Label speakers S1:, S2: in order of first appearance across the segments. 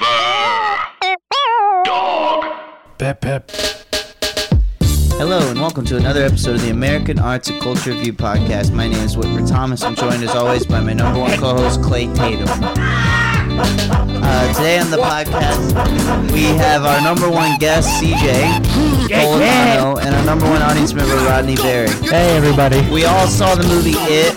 S1: Forever. Dog.
S2: Pep, pep.
S3: Hello and welcome to another episode of the American Arts and Culture Review podcast. My name is Whitmer Thomas. I'm joined as always by my number one co-host Clay Tatum. Uh, today on the podcast we have our number one guest CJ Polano and our number one audience member Rodney Berry.
S2: Hey, everybody.
S3: We all saw the movie It,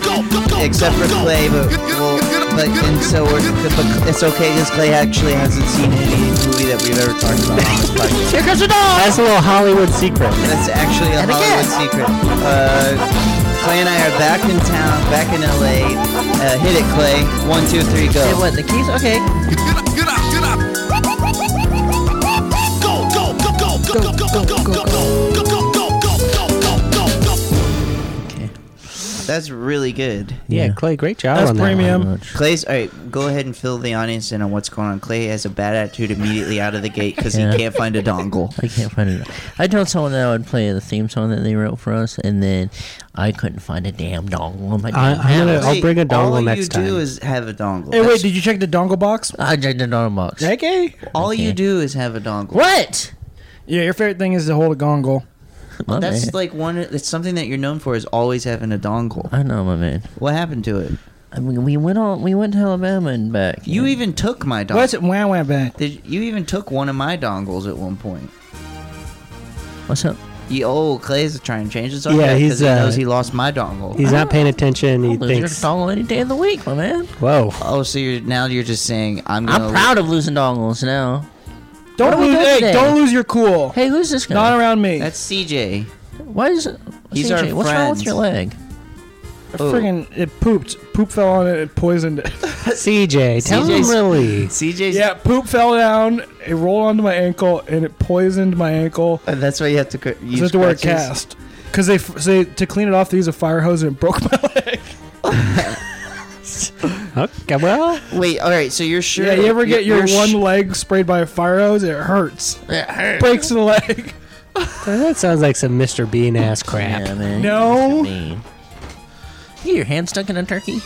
S3: except for Clay, but we'll, but and so we're but it's okay because Clay actually hasn't seen any movie that we've ever talked about on this podcast.
S2: Here comes the dog. That's a little Hollywood secret.
S3: That's actually a Hollywood secret. Uh, Clay and I are back in town, back in LA. Uh, hit it, Clay. One, two, three, go.
S4: Hey, what, the keys? Okay.
S1: Get up, get up, get up. Go, go, go, go, go, go, go, go, go, go, go, go, go, go, go, go, go.
S3: That's really good.
S4: Yeah, Clay, great job
S2: That's
S4: on that
S2: premium.
S4: one.
S3: Clay's all right. Go ahead and fill the audience in on what's going on. Clay has a bad attitude immediately out of the gate because
S5: Yeah.
S3: he can't find a dongle.
S5: I can't find it. I told someone that I would play the theme song that they wrote for us, and then I couldn't find a damn dongle in my
S4: I-
S5: damn
S4: I'm gonna-
S5: house.
S4: I'll bring a dongle
S3: all
S4: next
S3: All you do
S4: time.
S3: is have a dongle.
S2: Hey, wait,
S3: That's-
S2: did you check the dongle box?
S5: I checked the dongle box.
S2: Okay.
S3: all you
S5: okay.
S3: do is have a dongle.
S5: What?
S2: Yeah, your favorite thing is to hold a dongle.
S5: My
S3: That's
S5: man.
S3: like one. It's something that you're known for is always having a dongle.
S5: I know, my man.
S3: What happened to it?
S5: I mean, we went on. We went to Alabama and back.
S3: You even took my dongle.
S2: What's it? Wow, wow, back.
S3: Did you even took one of my dongles at one point?
S5: What's up?
S3: You, oh, Clay is trying to change the subject
S4: Yeah,
S3: because
S4: he's,
S3: he
S4: uh,
S3: knows he lost my dongle.
S4: He's not paying attention. He
S5: I'll lose your
S4: thinks.
S5: dongle any day of the week, my man.
S4: Whoa.
S3: oh, so you're now you're just saying I'm
S5: I'm
S3: gonna.
S5: proud of losing dongles now. What
S2: Don't
S5: are we
S2: lose,
S5: doing
S2: hey,
S5: today?
S2: don't lose your cool.
S5: Hey, who's this guy?
S2: Not around me.
S3: That's CJ.
S5: Why is it?
S3: He's
S5: CJ,
S3: our
S5: What's wrong with
S3: friends.
S5: your leg?
S3: oh.
S2: Friggin' it pooped. Poop fell on it. It poisoned it.
S4: CJ, tell him
S3: CJ's
S4: really.
S3: CJ's.
S2: yeah, poop fell down. It rolled onto my ankle and it poisoned my ankle.
S3: Uh, that's why you have to. cr-
S2: So I
S3: Use
S2: had to wear a
S3: crutches.
S2: cast. Because they, f- so they, to clean it off, they used a fire hose and it broke my leg.
S4: Okay, well,
S3: Wait, all right. So you're sure?
S2: Yeah, you ever get your
S3: you're
S2: one
S3: sh-
S2: leg sprayed by a fire hose? It hurts.
S5: It hurts.
S2: Breaks the leg.
S4: that sounds like some Mr. Bean ass crap.
S5: Yeah, man.
S2: No.
S5: You get your hand stuck in a turkey.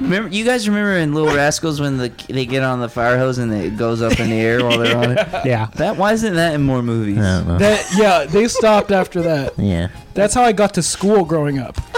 S3: Remember, you guys remember in Little Rascals when the they get on the fire hose and it goes up in the air while they're on it.
S4: Yeah.
S3: That why isn't that in more movies?
S5: I don't know.
S2: That yeah, they stopped after that.
S5: yeah.
S2: That's how I got to school growing up.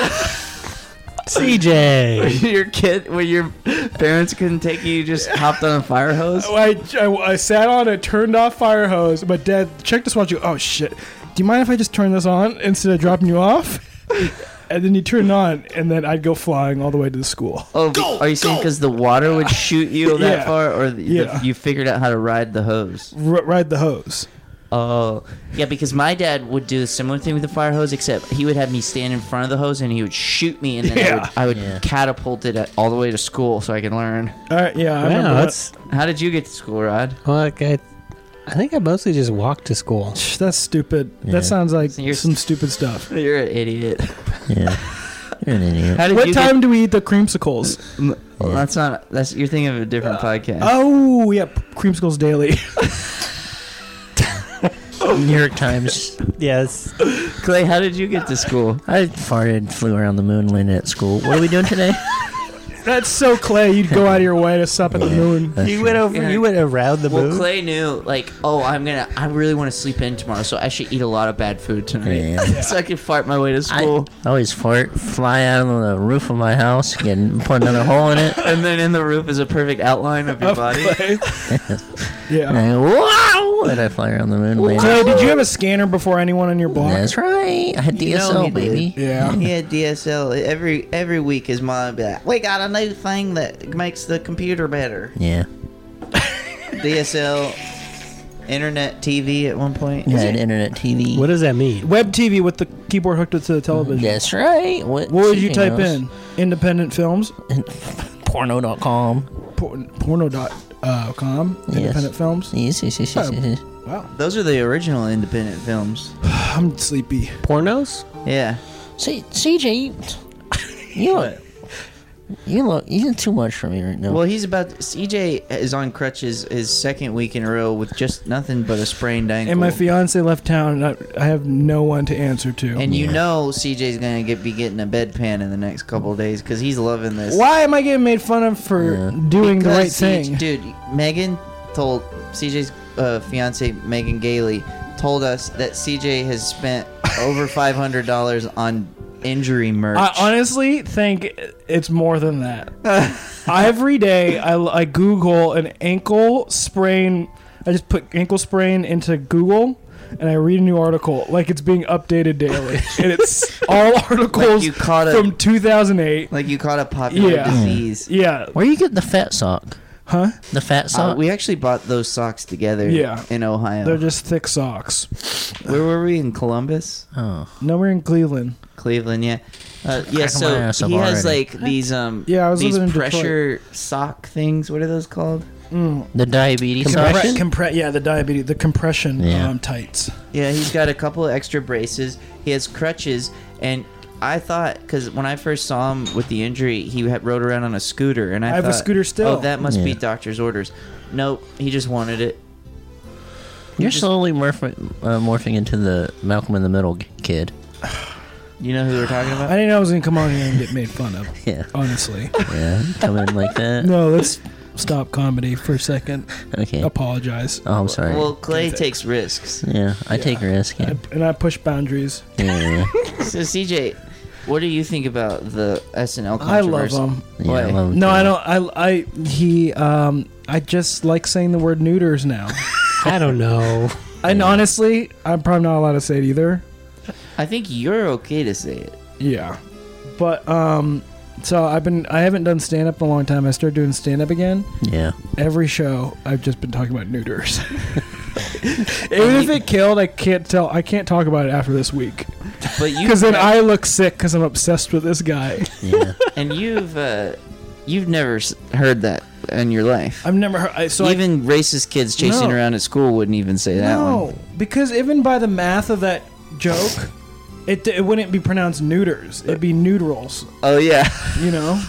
S4: CJ.
S3: your kid, when your parents couldn't take you, you just hopped on a fire hose.
S2: Oh, I, I, I sat on a turned off fire hose, but Dad check this watch. You oh shit. Do you mind if I just turn this on instead of dropping you off? and then you turn it on, and then I'd go flying all the way to the school.
S3: Oh, be- are you saying because the water would shoot you that
S2: Yeah.
S3: far, or the,
S2: Yeah.
S3: the, you figured out how to ride the hose?
S2: R- ride the hose.
S3: Oh, yeah, because my dad would do a similar thing with the fire hose, except he would have me stand in front of the hose and he would shoot me, and then
S2: Yeah.
S3: I would, I would
S5: Yeah.
S3: catapult it at, all the way to school so I could learn.
S2: All right, yeah, I remember
S4: Wow,
S2: that's
S4: that's.
S3: How did you get to school, Rod?
S4: Well, like, I, I think I mostly just walked to school.
S2: that's stupid.
S5: Yeah.
S2: That sounds like
S3: So you're-
S2: some stupid stuff.
S3: You're an idiot.
S5: Yeah. You're an idiot.
S3: How did
S2: What
S3: you
S2: time do we eat the creamsicles?
S3: Get, m- well, that's not. That's you're thinking of a
S2: Uh,
S3: different podcast.
S2: Oh yeah, creamsicles daily.
S5: New York Times.
S4: Yes.
S3: Clay, how did you get to school?
S5: I farted, flew around the moon, landed at school. What are we doing today?
S2: That's so Clay. You'd go out of your way to sup at the moon.
S5: Uh,
S4: You went over.
S3: Yeah.
S4: You went around the
S3: Well,
S4: moon.
S3: Clay knew, like, oh, I'm gonna, I really want to sleep in tomorrow, so I should eat a lot of bad food tonight,
S5: Yeah.
S3: so I can fart my way to
S5: I
S3: school.
S5: always fart, fly out on the roof of my house, and put another hole in it.
S3: and then in the roof is a perfect outline of your body.
S2: Clay.
S5: And
S2: yeah.
S5: I, wow! And I fly around the moon, land.
S2: Clay, did you have a scanner before anyone on your block?
S5: That's right. I had
S3: You know
S5: DSL,
S3: he did.
S5: baby.
S2: Yeah.
S3: He had DSL every every week. His mom would be like, "We got a new thing that makes the computer better."
S5: Yeah.
S3: DSL, internet TV at one point.
S5: I had internet TV.
S4: What does that mean?
S2: Web TV with the keyboard hooked up to the television.
S5: That's right. What,
S2: What would you
S5: Mm-hmm. she
S2: type
S5: knows.
S2: in? Independent films,
S5: Porno.com.
S2: por- porno.com, uh, com,
S5: Yes.
S2: independent films.
S5: Yes, yes, yes, yes,
S2: Oh.
S5: yes, yes.
S2: Wow.
S3: Those are the original independent films.
S2: I'm sleepy.
S4: Pornos?
S3: Yeah.
S5: C- CJ, you, you look. You look. You're too much for me
S2: Oh.
S5: right now.
S3: Well, he's about CJ is on crutches his second week in a row with just nothing but a sprained ankle.
S2: And my fiance left town, and I, I have no one to answer to.
S3: And you know CJ's gonna get be getting a bedpan in the next couple of days because he's loving this.
S2: Why am I getting made fun of for
S5: Yeah.
S2: doing the right
S3: Because CJ
S2: thing?
S3: dude. Megan told CJ's uh, fiance Megan Gailey told us that CJ has spent over five hundred dollars on injury merch.
S2: I honestly think it's more than that. Every day, I, I Google an ankle sprain. I just put ankle sprain into Google, and I read a new article like it's being updated daily, and it's all articles
S3: you caught a-
S2: from 2008.
S3: like you caught a popular
S2: Yeah.
S3: disease.
S2: Yeah,
S5: Where you get the fat sock?
S2: huh?
S5: The fat
S3: Uh,
S5: sock?
S3: we actually bought those socks together
S2: Yeah.
S3: in Ohio.
S2: They're just thick socks.
S3: Where were we in Columbus?
S5: oh.
S2: No, we're in Cleveland.
S3: Cleveland, yeah. Uh,
S5: Cracking
S3: yeah,
S5: my
S3: so
S5: ass up
S3: he has
S5: already.
S3: like these um
S2: Yeah, I was
S3: these
S2: living in Detroit.
S3: pressure sock things. What are those called?
S5: The diabetes sock?
S2: Compre- compre- yeah, the diabetes, the compression
S5: Yeah.
S2: um, tights.
S3: Yeah, he's got a couple of extra braces. He has crutches, and I thought because when I first saw him with the injury, he had rode around on a scooter, and I,
S2: I have a
S3: thought,
S2: scooter still.
S3: Oh, that must be
S5: Yeah.
S3: doctor's orders. Nope, he just wanted it.
S5: You're slowly morphing, uh, morphing into the Malcolm in the Middle g- kid.
S3: You know who we're talking
S2: I
S3: about?
S2: didn't know I was gonna come on here and get made fun of.
S5: Yeah.
S2: Honestly,
S5: Yeah. Come in like that.
S2: no. Let's stop comedy for a second.
S5: Okay. Oh,
S2: Apologize.
S5: I'm sorry.
S3: Well, Clay takes risks.
S5: yeah, I take risk. Yeah.
S2: I- and I push boundaries.
S5: yeah, yeah.
S3: So CJ, what do you think about the SNL
S2: I love
S3: controversy?
S2: them.
S5: Yeah,
S3: Why?
S5: I love
S2: No, I
S5: that.
S2: don't. I, I, he, um, I just like saying the word neuters now.
S4: I don't know.
S2: and honestly, I'm probably not allowed to say it either.
S3: I think you're okay to say it.
S2: Yeah. But, um, so I've been, I haven't done stand up in a long time. I started doing stand up again.
S5: Yeah.
S2: Every show, I've just been talking about neuters. Even if it killed, I can't tell. I can't talk about it after this week
S3: But you
S2: because then I look sick because I'm obsessed with this guy.
S5: Yeah.
S3: and you've uh, you've never s- heard that in your life.
S2: I've never heard. I, so I-
S3: even racist kids chasing
S2: No.
S3: around at school wouldn't even say that
S2: no,
S5: um,
S3: one.
S2: because even by the math of that joke, it, it wouldn't be pronounced neuters. It'd be neutrals,
S3: Oh yeah.
S2: you know?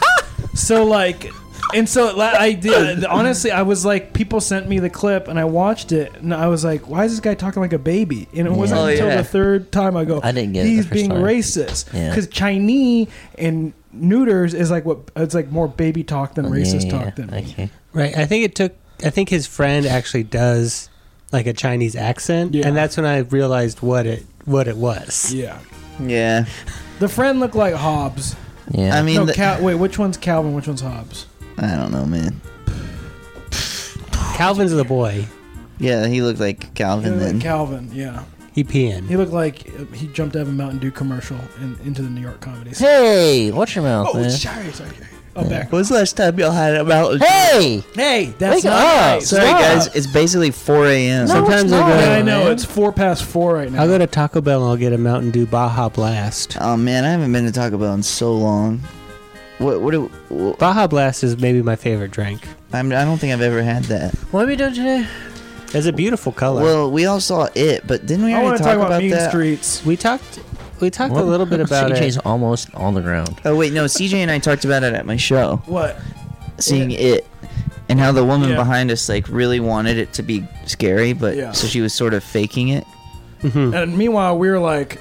S2: so, like, and so la- I did. Honestly, I was like, people sent me the clip and I watched it and I was like, why is this guy talking like a baby? And it wasn't
S3: Oh,
S2: until
S3: yeah.
S2: the third time I go,
S5: I didn't get it
S2: he's
S5: the first
S2: being
S5: time.
S2: racist.
S5: Yeah.
S2: Because Chinese and neuters is like what, it's like more baby talk than racist
S5: Oh, yeah,
S2: talk than.
S5: Okay.
S4: Right. I think it took. I think his friend actually does like a Chinese accent,
S2: Yeah.
S4: and that's when I realized what it what it was.
S2: Yeah.
S3: Yeah.
S2: The friend looked like Hobbs.
S5: Yeah.
S3: I mean,
S2: No,
S3: the-
S2: Cal- wait, which one's Calvin? Which one's Hobbes?
S3: I don't know, man.
S4: Calvin's the boy.
S3: Yeah, he looked like
S2: He
S3: Calvin
S2: looked
S3: then.
S2: like Calvin, yeah.
S4: He peeing.
S2: He looked like uh, he jumped out of a Mountain Dew commercial and into the New York comedy scene.
S5: hey, watch your mouth,
S2: Oh,
S5: man.
S2: sorry, sorry. Oh, back.
S3: When's the last time y'all had a mountain?
S5: hey.
S2: Hey, that's
S5: Wake
S2: not
S5: up.
S2: right.
S3: Sorry
S5: Stop.
S3: guys, it's basically 4 a.m.
S5: No, it's
S4: Sometimes I
S5: not,
S4: go-
S2: Yeah, I know.
S5: man.
S2: It's four past four right now.
S4: I'll go to Taco Bell and I'll get a Mountain Dew Baja Blast.
S3: Oh man, I haven't been to Taco Bell in so long. What? What? Do, wh-
S4: Baja Blast is maybe my favorite drink.
S3: I'm, I don't think I've ever had that.
S5: What are we doing today?
S4: It's a beautiful color.
S3: Well, we all saw it, but didn't we
S2: I
S3: already
S2: want to talk, about, Mean
S3: that?
S2: Streets.
S4: we talked we talked a little bit about
S5: CJ's
S4: it.
S5: almost on the ground.
S3: Oh wait, no. CJ and I talked about it at my show.
S2: What?
S3: seeing it and how the woman
S2: Yeah.
S3: behind us like really wanted it to be scary but
S2: Yeah.
S3: so she was sort of faking it
S2: And meanwhile, we were like,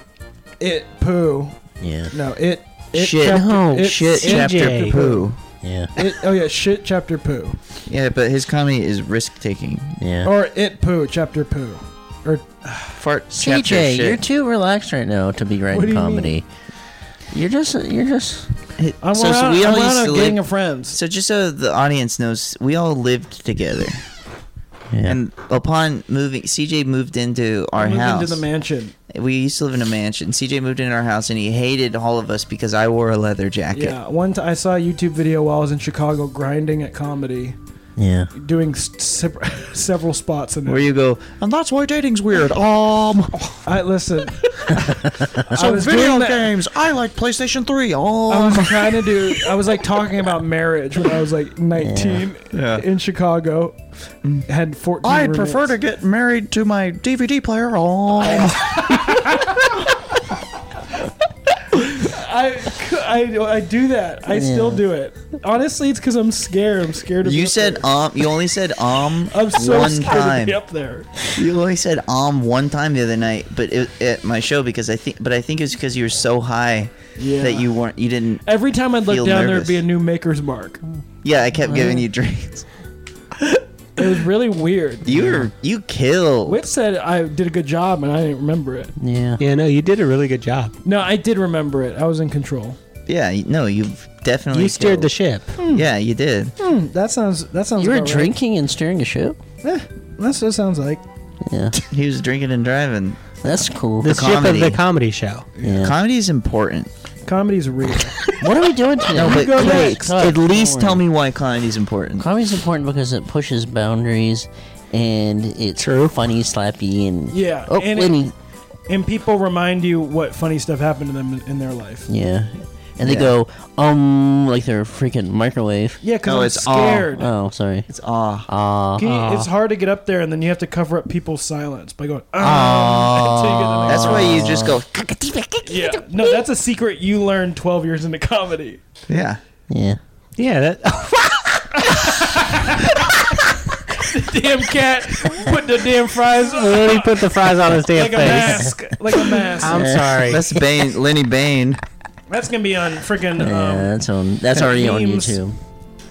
S2: it poo.
S5: Yeah.
S2: No, it. it
S3: shit
S2: chapter- it-
S3: shit
S2: it-
S3: chapter
S4: CJ.
S3: poo
S5: Yeah.
S2: It, oh yeah, shit chapter poo,
S3: yeah but his comedy is risk taking
S5: Yeah.
S2: or it poo chapter poo, or
S3: fart chapter
S5: CJ, you're
S3: shit
S5: too relaxed right now to be
S2: What do
S5: writing
S2: you
S5: comedy. You're just, you're just.
S2: I'm
S3: So- so
S2: around,
S3: we
S2: I'm
S3: all used
S2: around
S3: to
S2: a gang
S3: live-
S2: of friends.
S3: so just so the audience knows we all lived together
S5: Yeah.
S3: and upon moving cj moved into our
S2: moved
S3: house
S2: into the mansion.
S3: we used to live in a mansion cj moved into our house and he hated all of us because i wore a leather jacket
S2: Yeah, one t- I saw a YouTube video while I was in Chicago grinding at comedy,
S5: yeah.
S2: doing s- sep- several spots in
S3: where
S2: it.
S3: you go and that's why dating's weird um
S2: I listen. I
S3: so
S2: was
S3: video
S2: doing that-
S3: games i like playstation 3 um
S2: I was trying to do. I was like talking about marriage when I was like 19
S3: Yeah. Mm.
S2: in Chicago. Had 14.
S6: I'd prefer to
S2: roommates.
S6: get married to my DVD player.
S3: Um,
S6: Oh,
S2: I, I, I do that. I still
S5: Yeah.
S2: do it. Honestly, it's because I'm scared. I'm scared of.
S3: you said um. You only said um
S2: I'm so
S3: one
S2: scared to
S3: time.
S2: be up there.
S3: You only said um one time the other night, but it, at my show because I think, but I think it was because you were so high
S2: Yeah.
S3: that you weren't. You didn't.
S2: Every time I'd look
S3: Feel
S2: down,
S3: nervous.
S2: there'd be a new maker's mark.
S3: Yeah, I kept giving you drinks.
S2: It was really weird.
S3: You were you killed.
S2: Whit said I did a good job and I didn't remember it.
S5: Yeah.
S4: Yeah, no, you did a really good job.
S2: No, I did remember it. I was in control.
S3: Yeah, you- no, you definitely
S4: You steered the
S3: killed.
S4: ship.
S3: Yeah, you did.
S2: Hmm, that sounds. That sounds.
S5: You were
S2: about right.
S5: drinking and steering a ship?
S2: Eh, that's what it sounds like.
S5: Yeah.
S3: He was drinking and driving.
S5: That's cool.
S4: The ship of
S3: comedy.
S4: the comedy show.
S5: Yeah.
S3: Comedy is important.
S2: Comedy's real.
S5: what are we doing today?
S3: No, but
S2: go
S3: please,
S5: next.
S3: at
S5: Cut.
S3: least
S5: Don't
S3: tell me why comedy is important.
S5: Comedy's important because it pushes boundaries and it's funny, slappy, and.
S2: Yeah,
S5: Oh,
S2: and
S5: and,
S2: it- and people remind you what funny stuff happened to them in, in their life.
S5: yeah. And they
S3: Yeah.
S5: go, um, like they're a freaking microwave.
S2: Yeah, because
S3: No,
S2: I'm
S3: it's all-
S2: scared.
S5: Oh, sorry.
S3: It's awe.
S5: Ah.
S2: Can you-
S4: Aw.
S2: it's hard to get up there, and then you have to cover up people's silence by going. "Ah," until you get the next-
S3: That's why you just go.
S2: Yeah, no, that's a secret you learned 12 years into comedy.
S3: Yeah.
S5: yeah.
S4: Yeah, that,
S2: Damn cat, put the damn fries
S4: literally put the fries on his damn
S2: like a
S4: face. Um,
S2: mask, like a mask.
S4: I'm sorry.
S3: That's Bane, Lenny Bain.
S2: that's gonna be on freaking.
S5: yeah,
S2: Um,
S5: that's on. That's already on
S2: memes.
S5: YouTube.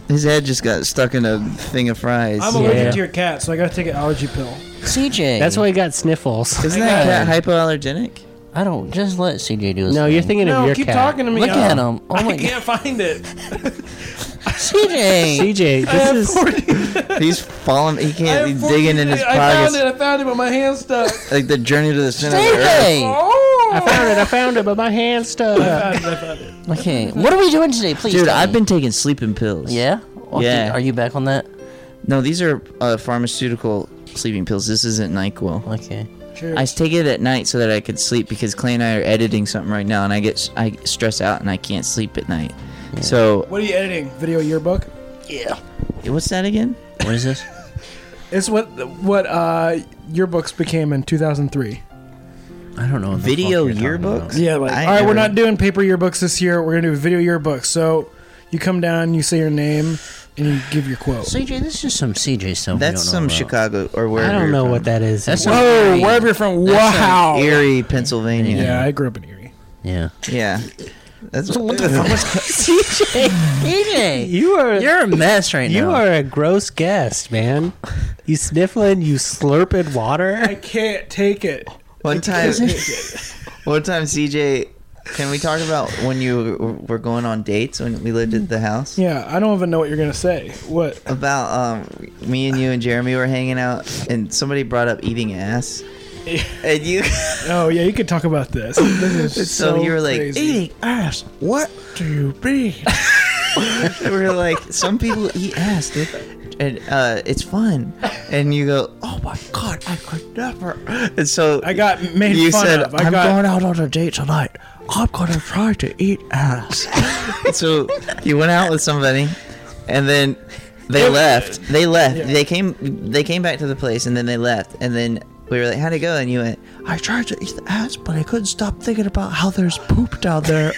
S3: His head just got stuck in a thing of fries.
S2: I'm allergic to your cat, so I gotta take an allergy pill.
S5: CJ.
S4: That's why he got sniffles.
S3: Isn't that cat hypoallergenic?
S5: I don't. Just let CJ do his
S4: No,
S5: thing.
S4: you're thinking of
S2: No,
S4: your
S2: keep
S4: cat.
S2: talking to me.
S5: Look
S2: Oh,
S5: at him. Oh
S2: I
S5: my god.
S2: can't find it.
S5: CJ.
S4: CJ, this is
S3: He's falling. He
S2: I
S3: can't.
S2: have
S3: He's
S2: 14
S3: digging in his
S2: I found
S3: pockets.
S2: it. I found it, but my hand's stuck.
S3: Like the journey to the center of the earth.
S5: CJ.
S4: I found it. I found it, but my hand's
S2: I
S4: stuck.
S2: found it. I found it.
S5: Okay. What are we doing today, please?
S3: Dude,
S5: tell
S3: I've
S5: me.
S3: been taking sleeping pills.
S5: Yeah. Okay,
S3: Yeah.
S5: Are you back on that?
S3: No, these are uh, pharmaceutical sleeping pills. This isn't Nyquil.
S5: Okay.
S2: Cheers.
S3: I take it at night so that I could sleep because Clay and I are editing something right now, and I get I stress out and I can't sleep at night. So
S2: what are you editing? Video yearbook?
S5: Yeah.
S3: what's that again?
S5: What is this?
S2: It's what what uh yearbooks became in 2003.
S5: I don't know. what the
S3: Video
S5: fuck you're talking
S3: yearbooks?
S5: about.
S2: Yeah, like
S3: I
S2: all right, we're
S3: never-
S2: not doing paper yearbooks this year. We're gonna do video yearbooks. So you come down, you say your name, and you give your quote.
S5: CJ, this is just some CJ stuff.
S3: That's
S5: we don't
S3: some
S5: know about.
S3: Chicago or where?
S4: I don't know what that is.
S5: That's some
S2: Whoa,
S5: Erie.
S2: wherever you're from,
S3: That's from
S2: wow.
S3: Erie, Pennsylvania.
S2: Yeah, I grew up in Erie.
S5: Yeah.
S3: Yeah. That's what
S5: CJ. CJ.
S4: You are
S5: You're a mess right
S4: you
S5: now.
S4: are a gross guest, man. You sniffling, you slurping
S2: I
S4: water.
S2: can't take it.
S3: one time. one time, CJ. Can we talk about when you were going on dates when we lived at the house?
S2: Yeah, I don't even know what you're gonna say. What?
S3: About um, me and you and Jeremy were hanging out, and somebody brought up eating ass, and you.
S2: Oh yeah, you could talk about this. This is
S3: so,
S2: so,
S3: you were like
S2: crazy.
S3: eating ass. What?
S2: do you be?
S3: And we were like, some people eat ass, dude. And uh, it's fun. And you go, oh my god, I could never. And so
S2: I got made
S3: you
S2: fun
S3: said,
S2: of. I
S3: I'm
S2: got,
S3: going out on a date tonight. I'm going to try to eat ass. so you went out with somebody, and then they left. They left. They came. They came back to the place, and then they left. And then we were like, "How'd it go?" And you went, "I tried to eat the ass, but I couldn't stop thinking about how there's poop down there."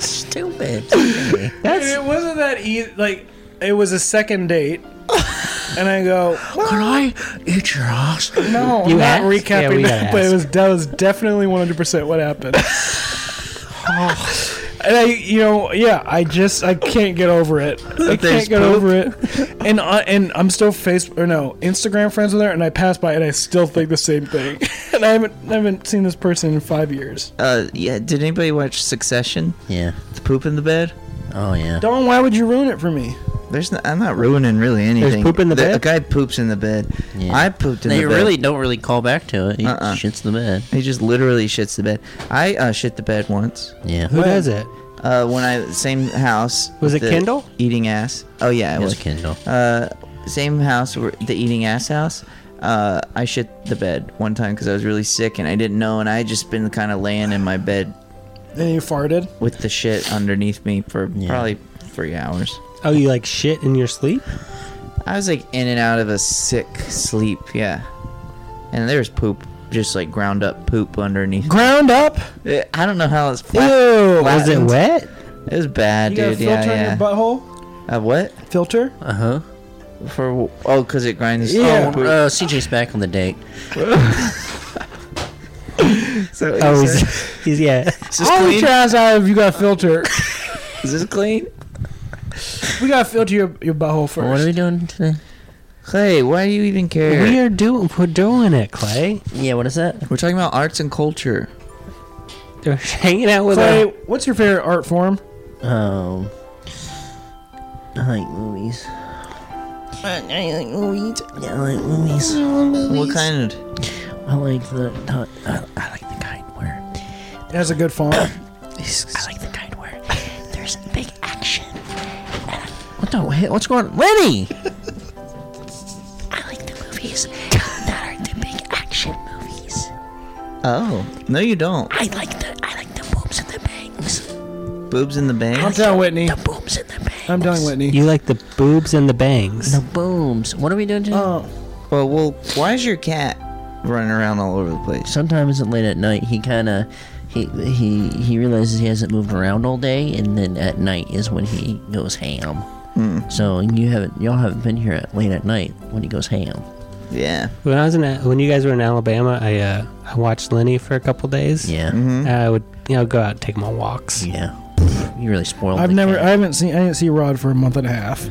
S5: stupid.
S2: Dude, it wasn't that easy. Like it was a second date, and I go,
S3: Can I eat your ass?
S2: no,
S4: You
S2: I'm not
S4: asked? Yeah,
S2: recapping
S4: we
S2: that,
S4: gotta
S2: but it
S4: ask.
S2: was that was definitely 100 percent what happened. And I, you know, yeah, I just I can't get over it. I
S3: there's
S2: can't get
S3: poop?
S2: over it. And I, and I'm still face or no Instagram friends with her, and I pass by and I still think the same thing. And I haven't I haven't seen this person in five years.
S3: Uh, yeah. Did anybody watch Succession?
S5: Yeah.
S3: The poop in the bed.
S5: Oh yeah.
S2: Don, why would you ruin it for me?
S3: There's no, I'm not ruining really anything.
S4: poop in the bed?
S3: A guy poops in the bed.
S5: Yeah.
S3: I pooped in
S5: They
S3: the bed.
S5: really don't really call back to it. He
S3: Uh-uh.
S5: shits the bed.
S3: He just literally shits the bed. I uh, shit the bed once.
S5: Yeah.
S4: Who does it?
S3: Uh, when I same house.
S4: Was
S3: with
S4: it
S3: the
S4: Kendall?
S3: Eating ass. Oh yeah, it
S5: It was
S3: was.
S5: Kindle.
S3: Uh, same house, where- the eating ass house. Uh, I shit the bed one time because I was really sick and I didn't know, and I had just been kind of laying in my bed
S2: And you farted.
S3: with the shit underneath me for
S5: Yeah.
S3: probably three hours.
S4: Oh, you like shit in your sleep?
S3: I was like in and out of a sick sleep, yeah. And there's poop, just like ground up poop underneath.
S2: Ground up.
S3: Eh, I don't know how it's.
S4: Oh, was it
S3: flattened.
S4: wet?
S3: It was bad,
S2: You got a
S3: dude.
S2: filter
S3: Yeah, yeah.
S2: in your butthole?
S3: uh, what
S2: Filter?
S5: Uh huh.
S3: Uh-huh. for? Oh, cause it grinds.
S2: Yeah.
S3: Oh, poop.
S5: Uh, CJ's back on the date.
S3: so is,
S4: Oh,
S3: this,
S4: he's, he's yeah.
S3: is this clean?
S2: ass out if you got filter.
S3: Is this clean?
S2: we gotta filter your, your butthole
S5: What are
S2: first.
S5: we doing today?
S3: Clay, why do you even care?
S4: We are do we're doing it, Clay.
S5: Yeah, what is that?
S7: We're talking about arts and culture.
S4: They're hanging out with
S2: Clay,
S4: our
S2: what's your favorite art form?
S5: Um, I like movies. Yeah, I like movies.
S3: what kind?
S5: I like the I, I like the kind where
S2: It has a good font.
S5: I like the kind where there's big action. What the he- what's going on, Lenny? I like the movies that are the big action movies.
S3: Oh, no, you don't.
S5: I like the I like the boobs and the bangs.
S3: Boobs in the
S2: I'm
S3: bangs.
S2: done, Whitney.
S5: The boobs and the bangs.
S2: I'm done, Whitney.
S4: you like the boobs and the bangs.
S5: The booms. What are we doing today?
S2: Oh,
S3: Well, well, why is your cat running around all over the place?
S5: sometimes late at night he kind of he he he realizes he hasn't moved around all day and then at night is when he goes ham so you haven't y'all haven't been here at, late at night when he goes ham
S3: Yeah.
S4: When I was in A- when you guys were in Alabama, I uh, I watched Lenny for a couple days.
S5: yeah
S3: Mm-hmm.
S4: I would you know go out and take him on walks.
S5: yeah you really spoiled
S2: I've
S5: the
S2: never,
S5: cat.
S2: I haven't seen, I didn't see Rod for a month and a half.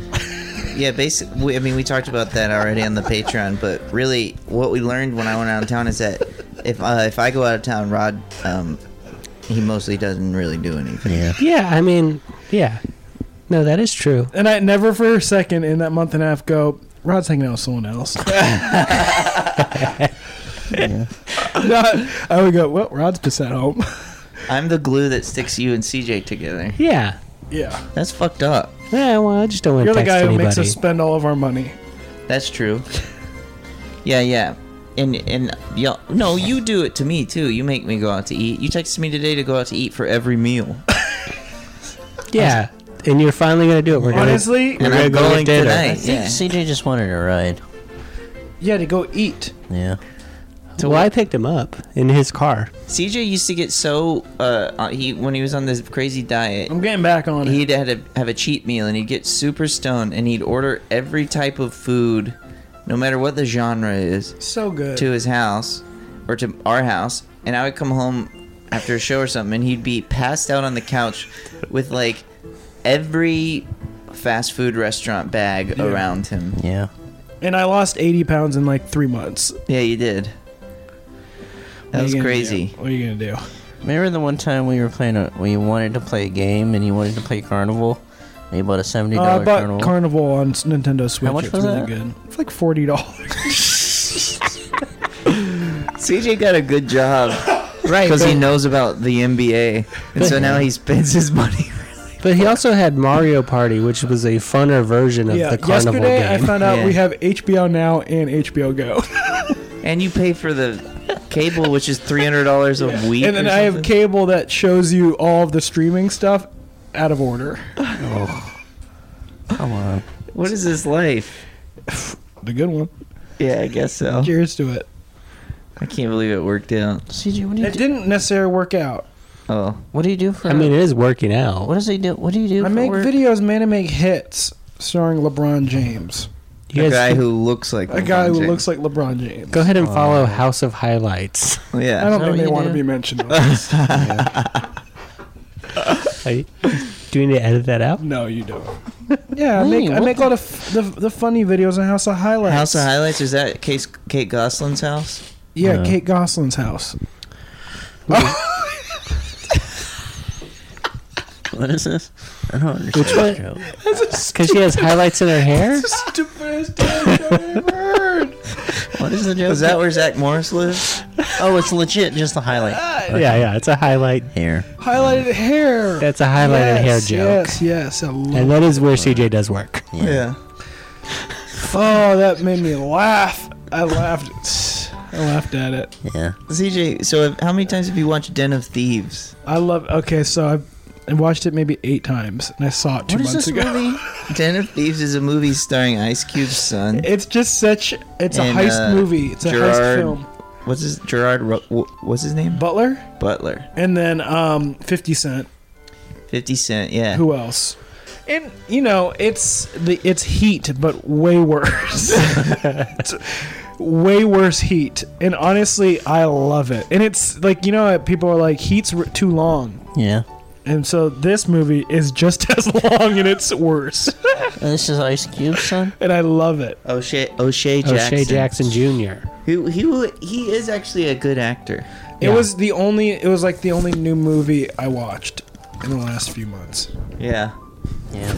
S3: Yeah, basically, I mean, we talked about that already on the Patreon, but really, what we learned when I went out of town is that if uh, if I go out of town, Rod, um, he mostly doesn't really do anything.
S5: yeah
S4: Yeah, I mean, yeah. No, that is true.
S2: And I never for a second in that month and a half go, Rod's hanging out with someone else. Not, I would go, well, Rod's just at home.
S3: I'm the glue that sticks you and CJ together.
S4: Yeah.
S2: yeah.
S3: That's fucked up.
S4: Yeah, well, I just don't want
S2: You're
S4: to
S2: the
S4: text
S2: guy who
S4: anybody.
S2: makes us spend all of our money.
S3: That's true. Yeah, yeah. And and y'all, no, you do it to me too. You make me go out to eat. You texted me today to go out to eat for every meal,
S4: yeah, and you're finally gonna do it. We're gonna,
S2: Honestly,
S4: We're
S3: and
S4: gonna
S3: I'm
S4: go to
S3: going
S4: dinner.
S5: i
S3: tonight.
S5: think
S3: Yeah.
S5: cj just wanted a ride
S2: yeah, to go eat.
S5: yeah
S4: well, I picked him up in his car.
S3: CJ used to get so uh, uh, he when he was on this crazy diet.
S2: I'm getting back on it.
S3: he'd had a, have a cheat meal and he'd get super stoned and he'd order every type of food no matter what the genre is
S2: So good.
S3: to his house or to our house and i would come home after a show or something and he'd be passed out on the couch with like every fast food restaurant bag around him
S5: yeah
S2: And I lost 80 pounds in like three months.
S3: yeah you did that was crazy
S2: What are you going to do?
S5: remember the one time we were playing a we wanted to play a game and he wanted to play carnival and he bought a $70
S2: Uh, I bought
S5: carnival
S2: Carnival. on s- Nintendo Switch.
S5: much
S2: it's
S5: was
S2: really
S5: that?
S2: good. It's like $40.
S3: cj got a good job right because he knows about the nba and so now he spends his money
S4: But he also had Mario Party, which was a funner version of
S2: yeah.
S4: the carnival
S2: Yesterday,
S4: game.
S2: I found out
S3: Yeah.
S2: we have HBO Now and HBO Go.
S3: And you pay for the cable, which is three hundred dollars a week.
S2: and then
S3: or
S2: I have
S3: something.
S2: cable that shows you all of the streaming stuff out of order.
S5: come on
S3: What is this life?
S2: The good one.
S3: Yeah, I guess so.
S2: Cheers to it.
S3: I can't believe it worked out.
S5: cj what do you
S2: It
S5: do,
S2: didn't necessarily work out.
S3: Oh,
S5: what do you do for
S4: I mean, it is working
S5: what
S4: out.
S5: does he do what do you do
S2: I
S5: for
S2: make
S5: work?
S2: videos, man, I make hits starring LeBron James.
S4: You
S3: a
S4: guys
S3: guy
S4: can-
S3: who looks like
S2: A guy who looks like LeBron James.
S4: go ahead and follow House of Highlights.
S3: like yeah.
S2: I don't
S5: Is that
S2: think
S5: what
S2: they
S5: you
S2: want to
S5: do?
S2: be mentioned. on this.
S4: I, do we need to edit that out?
S2: no, you don't. Yeah, I
S5: Wait,
S2: make, I
S5: what
S2: make
S5: the-
S2: all the, f- the the funny videos on House of Highlights.
S3: House of Highlights is that Case, Kate Goslin's house?
S2: Yeah,
S5: Yeah.
S2: Kate Goslin's house.
S5: What is this? I don't understand Which
S4: one?
S5: the joke.
S4: Because she has highlights in her hair.
S2: Stupidest damn joke I've ever heard.
S5: What is the joke?
S3: Is that where Zach Morris lives?
S5: oh, it's legit. Just the highlight
S4: Yeah, yeah, it's a highlight.
S5: here.
S2: Highlighted hair.
S4: That's a highlighted
S2: Yes,
S4: hair joke,
S2: Yes, yes. I love
S4: and that is where CJ does work.
S5: Yeah.
S2: Oh, that made me laugh. I laughed. I laughed at it.
S5: Yeah.
S3: CJ, so how many times have you watched Den of Thieves?
S2: I love. Okay, so I've- I watched it maybe eight times, and I saw it two
S5: What is
S2: months
S5: this
S2: ago.
S5: movie?
S3: Den of Thieves is a movie starring Ice Cube's son.
S2: It's just such. It's
S3: And,
S2: a heist
S3: uh,
S2: movie. It's a heist
S3: Gerard-
S2: film.
S3: What's his Gerard? Ro- wh- What's his name?
S2: Butler,
S3: Butler.
S2: and then um, Fifty Cent.
S3: Fifty Cent. Yeah.
S2: Who else? And you know, it's the it's Heat, but way worse. It's way worse Heat, and honestly, I love it. And it's like you know, people are like Heat's r- too long.
S5: Yeah.
S2: And so this movie is just as long and it's worse.
S5: Uh, This is Ice Cube, son.
S2: and I love it.
S3: O'Shea, O'Shea Oh, Jackson.
S4: O'Shea Jackson Jr.
S3: Who he he is actually a good actor.
S2: It was the only it was like the only new movie I watched in the last few months.
S3: Yeah.
S5: Yeah.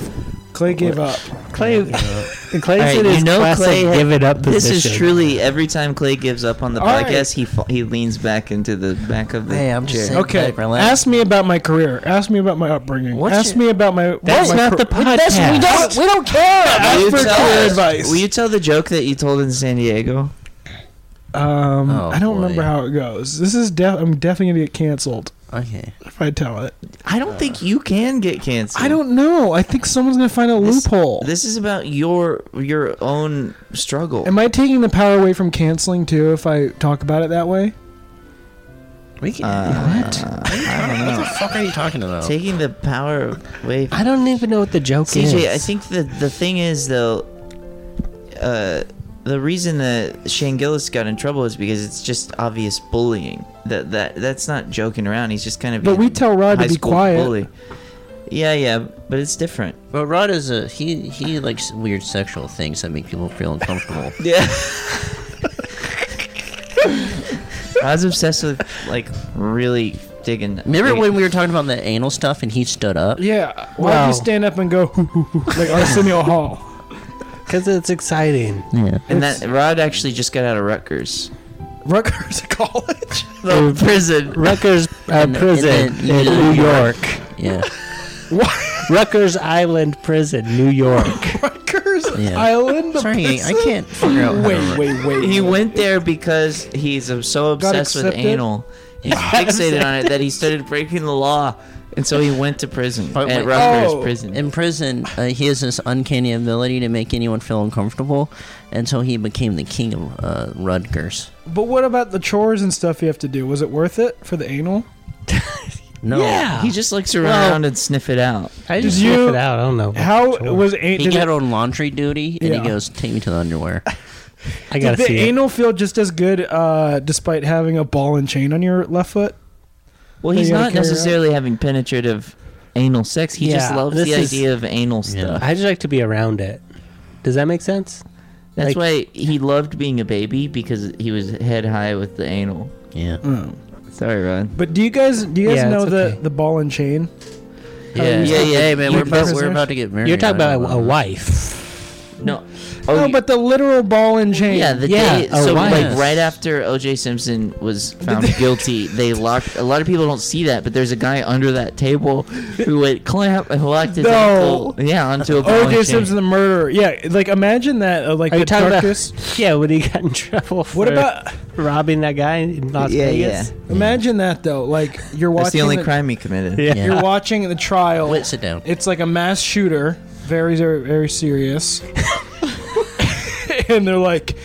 S2: Clay gave up.
S4: Clay, Clay's
S3: All right,
S4: in his
S3: you know
S4: classic
S3: Clay had-
S4: give it up
S3: This
S4: position.
S3: is truly every time Clay gives up on the
S2: All right.
S3: podcast, he fa- he leans back into the back of the
S5: Hey, I'm just
S3: chair.
S5: saying-
S2: Okay,
S5: Like, relax.
S2: ask me about my career. Ask me about my upbringing.
S5: What's
S2: ask
S5: your-
S2: me about my.
S4: That's
S2: my
S4: not
S2: car-
S4: the podcast.
S5: we don't. We don't care.
S2: Ask
S3: Will you
S2: for
S3: tell
S2: career
S3: us-
S2: advice.
S3: Will you tell the joke that you told in San Diego?
S2: Um,
S5: Oh,
S2: I don't
S5: boy.
S2: remember how it goes. This is def- I'm definitely gonna get canceled
S3: Okay.
S2: if I tell it.
S3: I don't think you can get canceled.
S2: I don't know. I think someone's gonna find a
S3: This-
S2: loophole.
S3: This is about your your own struggle.
S2: Am I taking the power away from canceling too if I talk about it that way?
S5: We can,
S3: Uh,
S5: what?
S3: I don't know.
S5: the fuck are you talking about?
S3: Taking the power away.
S4: I don't even know what the joke is.
S3: CJ, I think the the thing is though, uh, the reason that Shane Gillis got in trouble is because it's just obvious bullying. That that that's not joking around. He's just kind of.
S2: But
S3: being
S2: we tell Rod to
S3: high
S2: be
S3: school
S2: quiet.
S3: Bully. Yeah, yeah, but it's different.
S5: But Rod is a he. He likes weird sexual things that make people feel uncomfortable.
S3: Yeah. I was obsessed with like really digging.
S5: Remember when we were talking about the anal stuff and he stood up?
S2: Yeah. Why don't
S4: Wow.
S2: you stand up and go hoo, hoo, hoo, like Arsenio Hall?
S4: because it's exciting.
S5: Yeah.
S3: and that Rod actually just got out of Rutgers.
S2: Rutgers College.
S3: The prison.
S4: Rutgers uh,
S5: the-
S4: prison
S5: in
S4: in,
S5: the- in
S4: New
S5: New
S4: York.
S5: Yeah.
S4: Rutgers Island Prison, New York.
S2: Rutgers
S5: Yeah.
S2: Island. the
S5: Sorry, I
S2: prison?
S5: can't figure out. how to
S2: Wait,
S5: work.
S2: wait, wait.
S3: He went there because he's uh, so
S2: Got
S3: obsessed with
S2: accepted?
S3: anal. He's fixated on it that he started breaking the law, and so he went to prison
S5: But wait-
S3: at Rutgers
S2: Oh.
S3: prison.
S5: In prison, uh, he has this uncanny ability to make anyone feel uncomfortable, and so he became the king of uh, Rutgers.
S2: But what about the chores and stuff you have to do? Was it worth it for the anal?
S5: No.
S4: Yeah.
S3: he just likes to run
S5: Well-
S3: around and sniff it out.
S4: I
S2: Did
S4: just sniff
S2: you-
S4: it out. I don't know.
S2: How
S4: Sure.
S2: was an-
S5: He
S2: did
S5: got
S2: it,
S5: on laundry duty, and
S2: Yeah.
S5: he goes, "Take me to the underwear."
S4: I
S2: did
S4: gotta
S2: the
S4: see it.
S2: anal feel just as good uh, despite having a ball and chain on your left foot?
S3: Well,
S2: They
S3: he's
S2: gotta
S3: not
S2: carry her out.
S3: necessarily having penetrative anal sex. He just
S4: Yeah,
S3: loves
S4: this
S3: the
S4: is-
S3: idea of anal
S5: Yeah.
S3: stuff.
S4: I just like to be around it. Does that make sense?
S3: That's
S4: like-
S3: why he loved being a baby because he was head high with the anal.
S5: Yeah.
S3: Sorry, Rod.
S2: But do you guys do you guys
S4: Yeah,
S2: know
S4: it's
S2: the
S4: okay.
S2: the ball and chain?
S3: Yeah, yeah, yeah.
S5: Hey, man,
S2: You
S5: we're about,
S2: prisoners?
S5: we're about to get married.
S4: You're talking
S5: I
S4: about
S5: don't
S4: a, a
S5: know.
S4: wife.
S3: No.
S2: no,
S3: you-
S2: but the literal ball and chain.
S3: Yeah, the
S4: Yeah,
S3: day.
S4: oh,
S3: So,
S4: why?
S3: like, right after O.J. Simpson was found guilty, they locked. A lot of people don't see that, but there's a guy under that table who would clamp and locked his
S2: No.
S3: ankle. Yeah, onto a bowling
S2: O.J.
S3: chain.
S2: Simpson the murderer. Yeah, like imagine that. Uh, like
S4: Are
S2: the
S4: you talking
S2: darkest.
S4: about? Yeah, when he got in trouble for
S2: what about?
S4: robbing that guy in Las
S3: Yeah,
S4: Vegas?
S2: Imagine that though. Like you're watching.
S3: That's the only crime he committed.
S4: Yeah.
S5: Yeah.
S2: You're watching the trial.
S5: Wait, sit down.
S2: It's like a mass shooter, very, very, very serious. and they're like,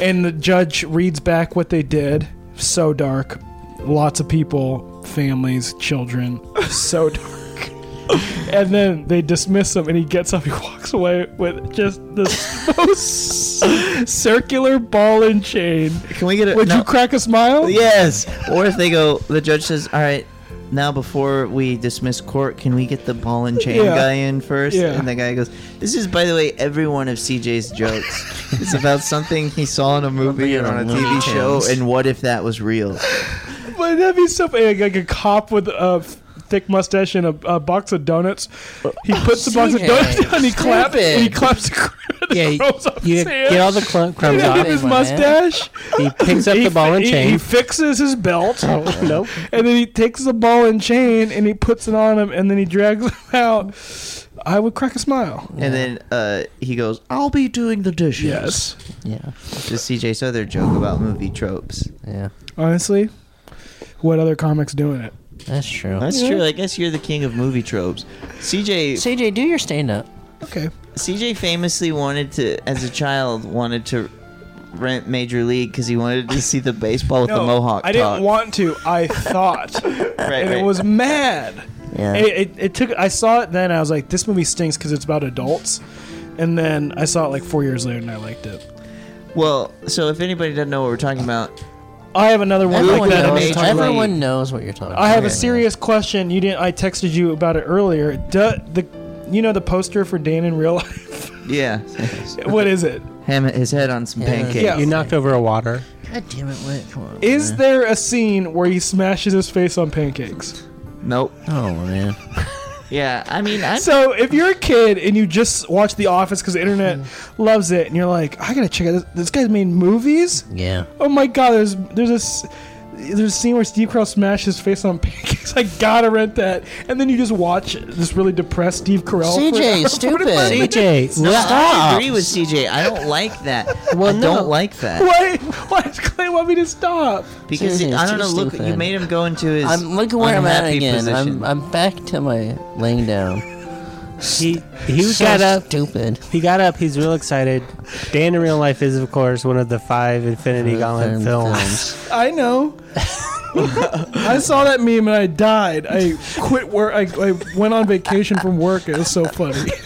S2: and the judge reads back what they did. So dark. Lots of people, families, children. So dark. And then they dismiss him, and he gets up. He walks away with just the most circular ball and chain.
S3: Can we get a?
S2: Would
S3: no.
S2: you crack a smile?
S3: Yes. Or if they go, the judge says, "All right, now before we dismiss court, can we get the ball and chain
S2: Yeah.
S3: guy in first?
S2: Yeah.
S3: And the guy goes, "This is, by the way, every one of CJ's jokes. it's about something he saw in a movie or
S5: Something
S3: on a
S5: in a Looney
S3: TV show,
S5: Tunes.
S3: and what if that was real?
S2: But that'd be so like, like a cop with a f- thick mustache and a, a box of donuts. He
S4: Oh,
S2: puts the box of
S5: CJ,
S2: donuts down. He claps.
S5: stupid.
S2: And he claps. the cr- the
S4: Yeah, you,
S2: crumbs off
S4: you
S2: his hand.
S4: get all the cl-
S2: And
S4: crumbs
S2: then
S4: off.
S2: his
S5: my hand.
S2: mustache.
S4: He picks up
S2: he
S4: the ball
S2: fi-
S4: and
S2: he- He
S4: chain.
S2: fixes his belt,
S4: Oh, nope.
S2: and then he takes the ball and chain, and he puts it on him, and then he drags him out. I would crack a smile.
S3: And then uh, he goes, "I'll be doing the dishes."
S2: Yes,
S5: Yeah.
S3: The CJ's other joke about movie tropes.
S5: Yeah.
S2: honestly, what other comics doing it?
S5: That's true.
S3: That's
S2: Yeah.
S3: true. I guess you're the king of movie tropes. CJ
S5: CJ, do your stand up.
S2: Okay,
S3: CJ famously wanted to, as a child, wanted to rent Major League because he wanted to see the baseball with the mohawk.
S2: I didn't
S3: talk.
S2: want to. I thought.
S3: Right,
S2: and it
S3: right.
S2: was mad.
S5: Yeah.
S2: It, it, it took. I saw it then. I was like, this movie stinks because it's about adults. And then I saw it like four years later, and I liked it.
S3: well. So if anybody doesn't know what we're talking about,
S2: I have another one
S5: Everyone,
S2: like that.
S6: knows.
S5: knows,
S6: Major
S5: everyone
S6: League.
S5: knows what you're talking
S2: I have a
S5: about.
S2: serious question. You didn't. I texted you about it earlier. Do, the, you know the poster for Dan in real life.
S3: Yeah.
S2: what is it?
S3: Him, his head on some pancakes.
S2: Yeah.
S4: You knocked over a water.
S5: God damn it, what? Come on,
S2: Is
S5: man.
S2: there a scene where he smashes his face on pancakes?
S3: Nope.
S5: Oh, man.
S3: Yeah. I mean, I.
S2: So if you're a kid and you just watch The Office because the internet loves it, and you're like, I gotta check out this. This guy's made movies.
S5: Yeah.
S2: Oh my god, there's there's a s- there's a scene where Steve Carell smashes his face on pancakes. I gotta rent that. And then you just watch this really depressed Steve Carell. for an
S5: CJ,
S2: hour.
S5: is stupid.
S4: CJ,
S3: No, I
S5: Stop.
S3: agree with CJ. I don't like that.
S5: Well,
S3: I
S5: no.
S3: don't like that
S2: Why? Why does Clay want me to stop?
S3: because
S5: Seriously,
S3: I
S5: it's
S3: don't know.
S5: too
S3: Look, you
S5: stupid.
S3: made him go into his.
S5: I'm look at where I'm at
S3: unhappy
S5: again. I'm,
S3: position.
S5: I'm back to my laying down.
S4: he he
S5: So
S4: got up.
S5: Stupid.
S4: He got up. He's real excited. Dan in real life is, of course, one of the five Infinity Gauntlet
S5: Film
S4: films.
S2: I know. I saw that meme and I died. I quit work. I, I went on vacation from work. It was so funny.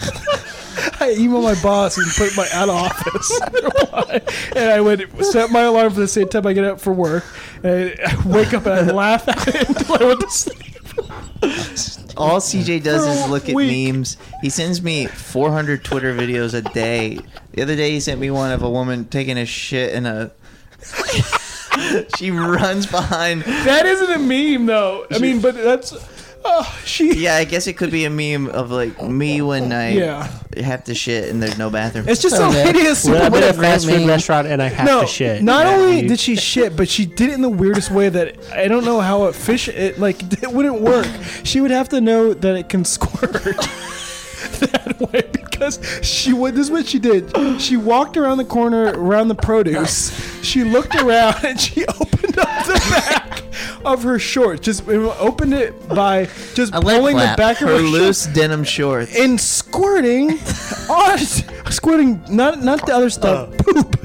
S2: I emailed my boss and put my out of office. and I would set my alarm for the same time I get up for work. And I, I wake up and I laugh at it until I went to sleep.
S3: All CJ does
S2: For a
S3: is look at
S2: week.
S3: memes. He sends me 400 Twitter videos a day. The other day, he sent me one of a woman taking a shit in a. she runs behind.
S2: That isn't a meme, though. I mean, but that's. Oh, she.
S3: Yeah, I guess it could be a meme of like me when I
S2: Yeah.
S3: have to shit and there's no bathroom.
S2: It's just so
S5: Okay.
S2: hideous.
S4: Well, I've been at a
S5: Whatever that
S4: fast food
S5: means.
S4: restaurant and I have
S2: no,
S4: to shit.
S2: Not
S4: Yeah,
S2: only
S4: you-
S2: did she shit, but she did it in the weirdest way that I don't know how it fish it like it wouldn't work. She would have to know that it can squirt that way because she would this is what she did. She walked around the corner around the produce. She looked around and she opened up the back of her shorts. Just opened it by just
S5: leg
S2: pulling the
S5: flap.
S2: back of
S3: her
S2: her shorts
S3: loose denim shorts.
S2: and squirting on squirting not not the other stuff
S4: Uh.
S2: poop.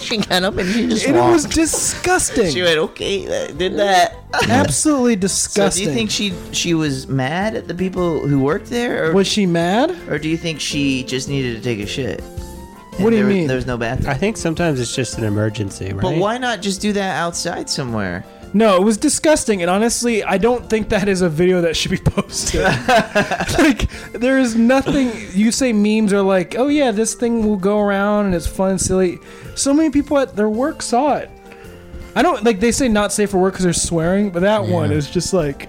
S5: she got up and she just
S2: And it
S5: walked.
S2: was disgusting.
S3: She went, okay, that did that.
S2: Absolutely
S3: So
S2: disgusting.
S3: do you think she she was mad at the people who worked there, or,
S2: was she mad?
S3: or do you think she just needed to take a shit?
S2: What do you
S3: there,
S2: mean?
S3: There was no bathroom.
S4: I think sometimes it's just an emergency, right?
S3: But why not just do that outside somewhere?
S2: No, it was disgusting, and honestly, I don't think that is a video that should be posted. like, there is nothing. You say memes are like, oh yeah, this thing will go around and it's fun and silly. So many people at their work saw it. I don't like they say not safe for work because they're swearing, but that one is just like,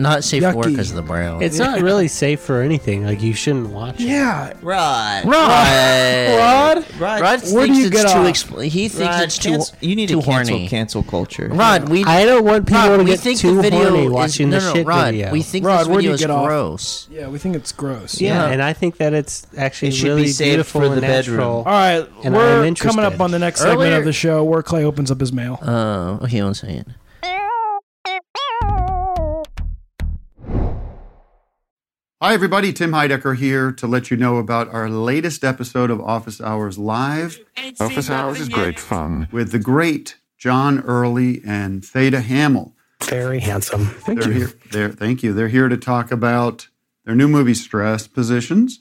S5: Not safe for work
S2: Yucky.
S5: is the brown.
S4: It's not really safe for anything. Like you shouldn't watch it.
S2: yeah,
S5: Rod.
S2: Rod, Rod,
S3: Right.
S5: Rod
S2: Where do
S5: thinks
S2: you
S5: it's
S2: get
S5: too
S2: off?
S5: expl- he thinks
S3: Rod,
S5: it's too
S3: canc- you need
S5: too
S3: to cancel
S5: horny.
S3: cancel culture.
S5: Rod, we
S4: I don't want people
S5: Rod,
S4: to
S5: we
S4: get
S5: think
S4: too
S5: the video
S4: horny
S5: is,
S4: watching
S5: no,
S4: the
S5: no,
S4: shit
S5: Rod,
S4: video.
S5: We think
S2: Rod,
S5: this
S2: where do
S5: video
S2: you
S5: is
S2: get off?
S5: gross.
S2: Yeah, we think it's gross.
S4: yeah,
S3: Yeah.
S4: and I think that it's actually
S3: It should be
S4: really
S3: safe
S4: beautiful
S3: for
S4: and
S3: the bedroom.
S4: natural.
S2: All right,
S4: And I am
S2: we're
S4: interested.
S2: coming up on the next segment
S5: Earlier-
S2: of the show where Clay opens up his mail.
S5: Oh, okay, one second.
S8: Hi, everybody. Tim Heidecker here to let you know about our latest episode of Office Hours Live
S9: Office hours is great fun.
S8: with the great John Early and Theda Hamill.
S4: Very handsome.
S8: Thank they're you. Here, they're, thank you. They're here to talk about their new movie, Stress Positions.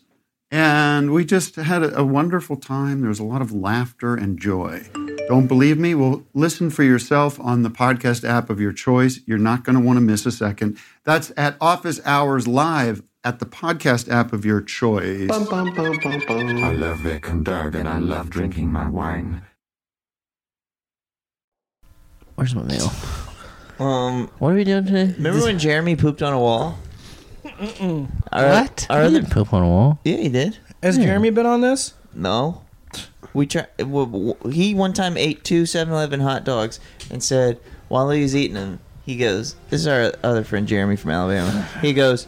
S8: And we just had a, a wonderful time. There was a lot of laughter and joy. Don't believe me? Well, listen for yourself on the podcast app of your choice. You're not going to want to miss a second. That's at Office Hours Live at the podcast app of your choice.
S9: I love Vic and Doug and I love drinking my wine.
S5: Where's my mail?
S3: Um,
S5: What are we doing today?
S3: remember when Jeremy pooped on a wall? Our-
S5: What?
S3: Our
S5: You
S3: other,
S5: didn't poop on a wall.
S3: yeah, he did.
S2: Has Jeremy been on this?
S3: No. We try, w- w- He one time ate two 7-Eleven hot dogs and said, while he was eating them, he goes, "This is our other friend Jeremy from Alabama." He goes,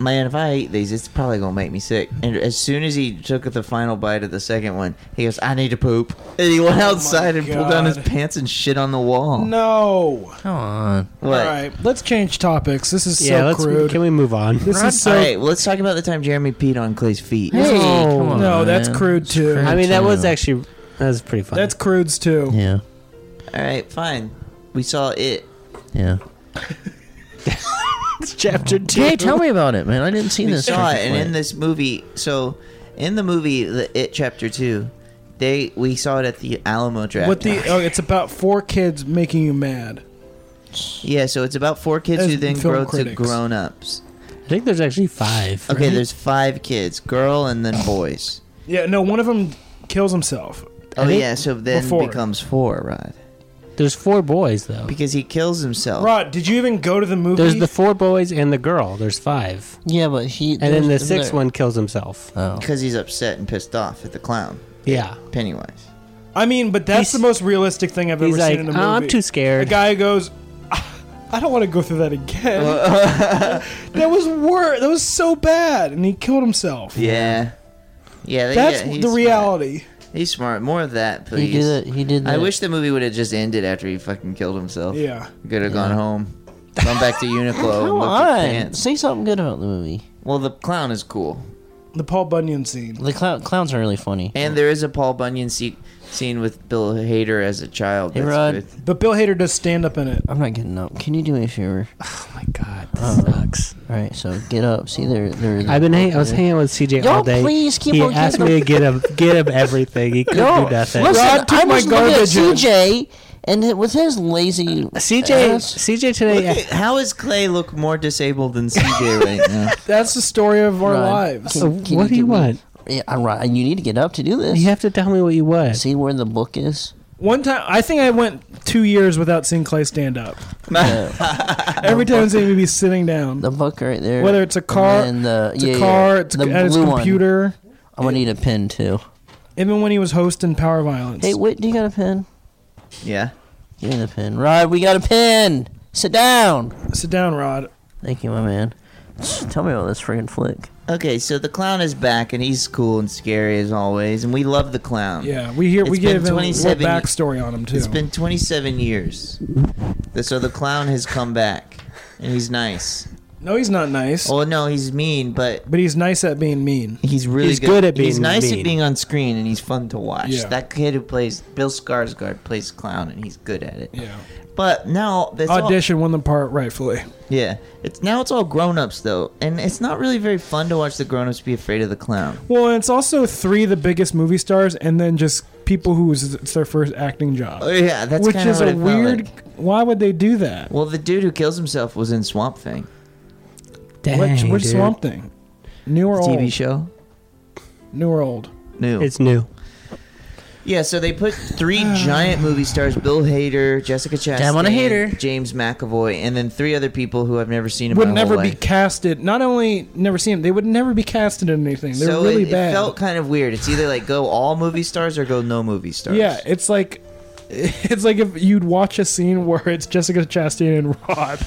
S3: "Man, if I eat these, it's probably gonna make me sick." And as soon as he took the final bite of the second one, he goes, "I need to poop," and he went outside and pulled down his
S2: Oh God.
S3: pants and shit on the wall.
S2: No.
S5: Come on.
S3: What?
S2: All right, let's change topics. This is
S4: Yeah,
S2: so
S4: let's.
S2: crude.
S4: Can we move on?
S2: this is so.
S3: All right, let's talk about the time Jeremy peed on Clay's feet.
S5: Hey,
S4: No.
S5: come on,
S2: no, that's
S5: man.
S2: crude too.
S5: crude.
S4: I mean, that was
S5: too.
S4: actually that was pretty fun.
S2: that's crudes too.
S5: Yeah,
S3: All right, fine. We saw it.
S5: yeah.
S4: chapter two.
S5: Jay, tell me about it, man. I didn't see
S3: We
S5: this.
S3: saw it,
S5: freaking
S3: and in
S5: play.
S3: this movie, so in the movie, the It Chapter Two, They we saw it at the Alamo draft.
S2: What the? Oh, it's about four kids making you mad.
S3: yeah, so it's about four kids
S2: As
S3: who then
S2: film
S3: grow to
S2: critics.
S3: grown ups.
S4: I think there's actually five.
S3: Okay, there's five kids, girl and then boys.
S2: Yeah, no, one of them kills himself.
S3: Oh
S4: think
S3: yeah, so then
S2: before.
S3: becomes four, Rod,
S4: There's four boys though.
S3: because he kills himself.
S2: Rod, did you even go to Oh. the movie?
S4: There's the four boys and the girl. There's five.
S5: Yeah, but he.
S4: And then the sixth one kills himself.
S5: Oh.
S3: Because he's upset and pissed off at the clown,
S4: Yeah.
S3: Pennywise.
S2: I mean, but that's
S4: He's-
S2: the most realistic thing I've ever
S4: He's
S2: seen
S4: like,
S2: in a movie.
S4: "Oh, I'm too scared.
S2: The guy goes, "Ah, I don't want to go through that again. that was wor That was so bad, and he killed himself.
S3: Yeah, yeah, they-
S2: That's
S3: yeah, he's
S2: the
S3: smart.
S2: reality.
S3: He's smart. More of that,
S5: He
S3: please.
S5: did it. He did that.
S3: I wish the movie would have just ended after he fucking killed himself.
S2: Yeah.
S3: Could have gone home. Gone back to Uniqlo. and
S5: Come
S3: looked at
S5: on.
S3: pants.
S5: Say something good about the movie.
S3: Well, the clown is cool.
S2: The Paul Bunyan scene.
S5: The clown, clowns are really funny.
S3: And there is a Paul Bunyan se- scene with Bill Hader as a child.
S5: Hey,
S3: that's
S5: Rod.
S3: good.
S2: But Bill Hader does stand up in it.
S5: I'm not getting up. Can you do me a favor?
S4: Oh my god, this sucks.
S5: All right, so get up. See, there, there.
S4: I've been hanging. I was hanging out with CJ all
S5: Y'all
S4: day.
S5: please keep
S4: he
S5: on
S4: asked
S5: getting
S4: me to get him, get him everything. He couldn't
S5: Yo,
S4: do nothing.
S5: Listen,
S2: Rod took
S5: I
S2: my
S5: was looking at
S2: garbage Uh, in.
S5: CJ, and it- with his lazy
S4: CJ,
S5: ass-
S4: CJ
S3: Look
S4: today.
S3: at- how does Clay look more disabled than CJ right now?
S2: That's the story of our
S5: Rod,
S2: lives.
S5: can-
S2: Uh,
S4: So
S5: can
S4: what do you
S5: give me-
S4: want?
S5: Yeah, I'm right. You need to get up to do this.
S4: You have to tell me what you want.
S5: See where the book is.
S2: One time, I think I went two years without seeing Clay stand up. Every time I'm seeing him, he's sitting down.
S5: The book right there.
S2: Whether it's a car,
S5: and the,
S2: It's
S5: yeah,
S2: a
S5: yeah,
S2: car, it's
S5: the
S2: at his
S5: blue One.
S2: computer.
S5: I'm gonna need a pen too.
S2: Even when he was hosting Power Violence.
S5: Hey, wait, do you got a pen?
S3: yeah.
S5: Give me the pen, Rod. We got a pen. Sit down.
S2: Sit down, Rod.
S5: Thank you, my man. Tell me about this friggin' flick.
S3: Okay, so the clown is back, and he's cool and scary as always, and we love the clown.
S2: Yeah, we hear we
S3: It's been
S2: give him a little
S3: 27
S2: backstory on him too.
S3: It's been 27 years. The- So the clown has come back, and he's nice.
S2: no, he's not nice,
S3: Well, no, he's mean, but
S2: but he's nice at being mean.
S3: He's really
S4: He's good at
S3: He's
S4: being
S3: nice at
S4: mean.
S3: being on screen, and he's fun to watch.
S2: Yeah.
S3: That kid who plays Bill Skarsgård plays clown, and he's good at it.
S2: Yeah,
S3: But now that's all-
S2: audition won the part rightfully.
S3: yeah, it's now it's all grown ups though, and it's not really very fun to watch the grown ups be afraid of the clown.
S2: Well, and it's also three of the biggest movie stars, and then just people whose it's their first acting job,
S3: Oh yeah, that's
S2: which
S3: kinda
S2: is
S3: what
S2: a
S3: it felt
S2: weird.
S3: like.
S2: Why would they do that?
S3: Well, the dude who kills himself was in Swamp Thing,
S4: Dang,
S2: which which
S4: dude.
S2: Swamp Thing? New or
S3: the TV
S2: old?
S3: show.
S2: New or old?
S3: New.
S4: It's new.
S3: yeah, so they put three giant movie stars: Bill Hader, Jessica Chastain,
S5: Damn on a hater.
S3: James McAvoy, and then three other people who I've never seen in
S2: Would
S3: my
S2: never
S3: whole
S2: be
S3: life.
S2: casted. Not only never seen them, they would never be casted in anything. They're
S3: so
S2: really
S3: it,
S2: bad.
S3: it felt kind of weird. It's either like go all movie stars or go no movie stars.
S2: Yeah, it's like it's like if you'd watch a scene where it's Jessica Chastain and Rod,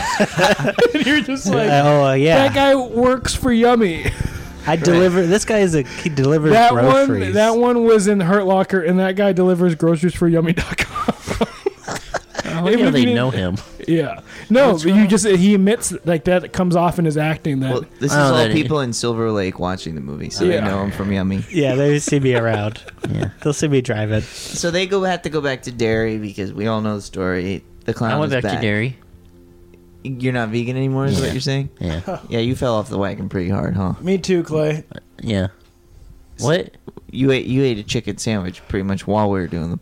S2: and you're just like,
S4: Uh, oh uh, yeah,
S2: that guy works for Yummy.
S4: I deliver. This guy is a he delivers
S2: That
S4: groceries.
S2: one, that one was in Hurt Locker, and that guy delivers groceries for Yummy.com.
S5: How
S2: Even
S5: do
S2: if
S5: they
S2: you didn't-
S5: know him?
S2: yeah, no, but you just he admits like that comes off in his acting that.
S3: Well, this is
S5: I don't know
S3: all
S5: that he-
S3: people in Silver Lake watching the movie, so they
S2: Yeah.
S3: know I'm from Yummy.
S4: Yeah, they see me around. yeah, they'll see me driving.
S3: So they go have to go back to dairy because we all know the story. The clown
S5: I went
S3: is
S5: back to dairy.
S3: You're not vegan anymore, is what
S5: Yeah.
S3: you're saying?
S5: Yeah,
S2: Oh.
S3: Yeah, you fell off the wagon pretty hard, huh?
S2: me too, Clay.
S5: yeah. What?
S3: You ate you ate a chicken sandwich pretty much while we were doing the.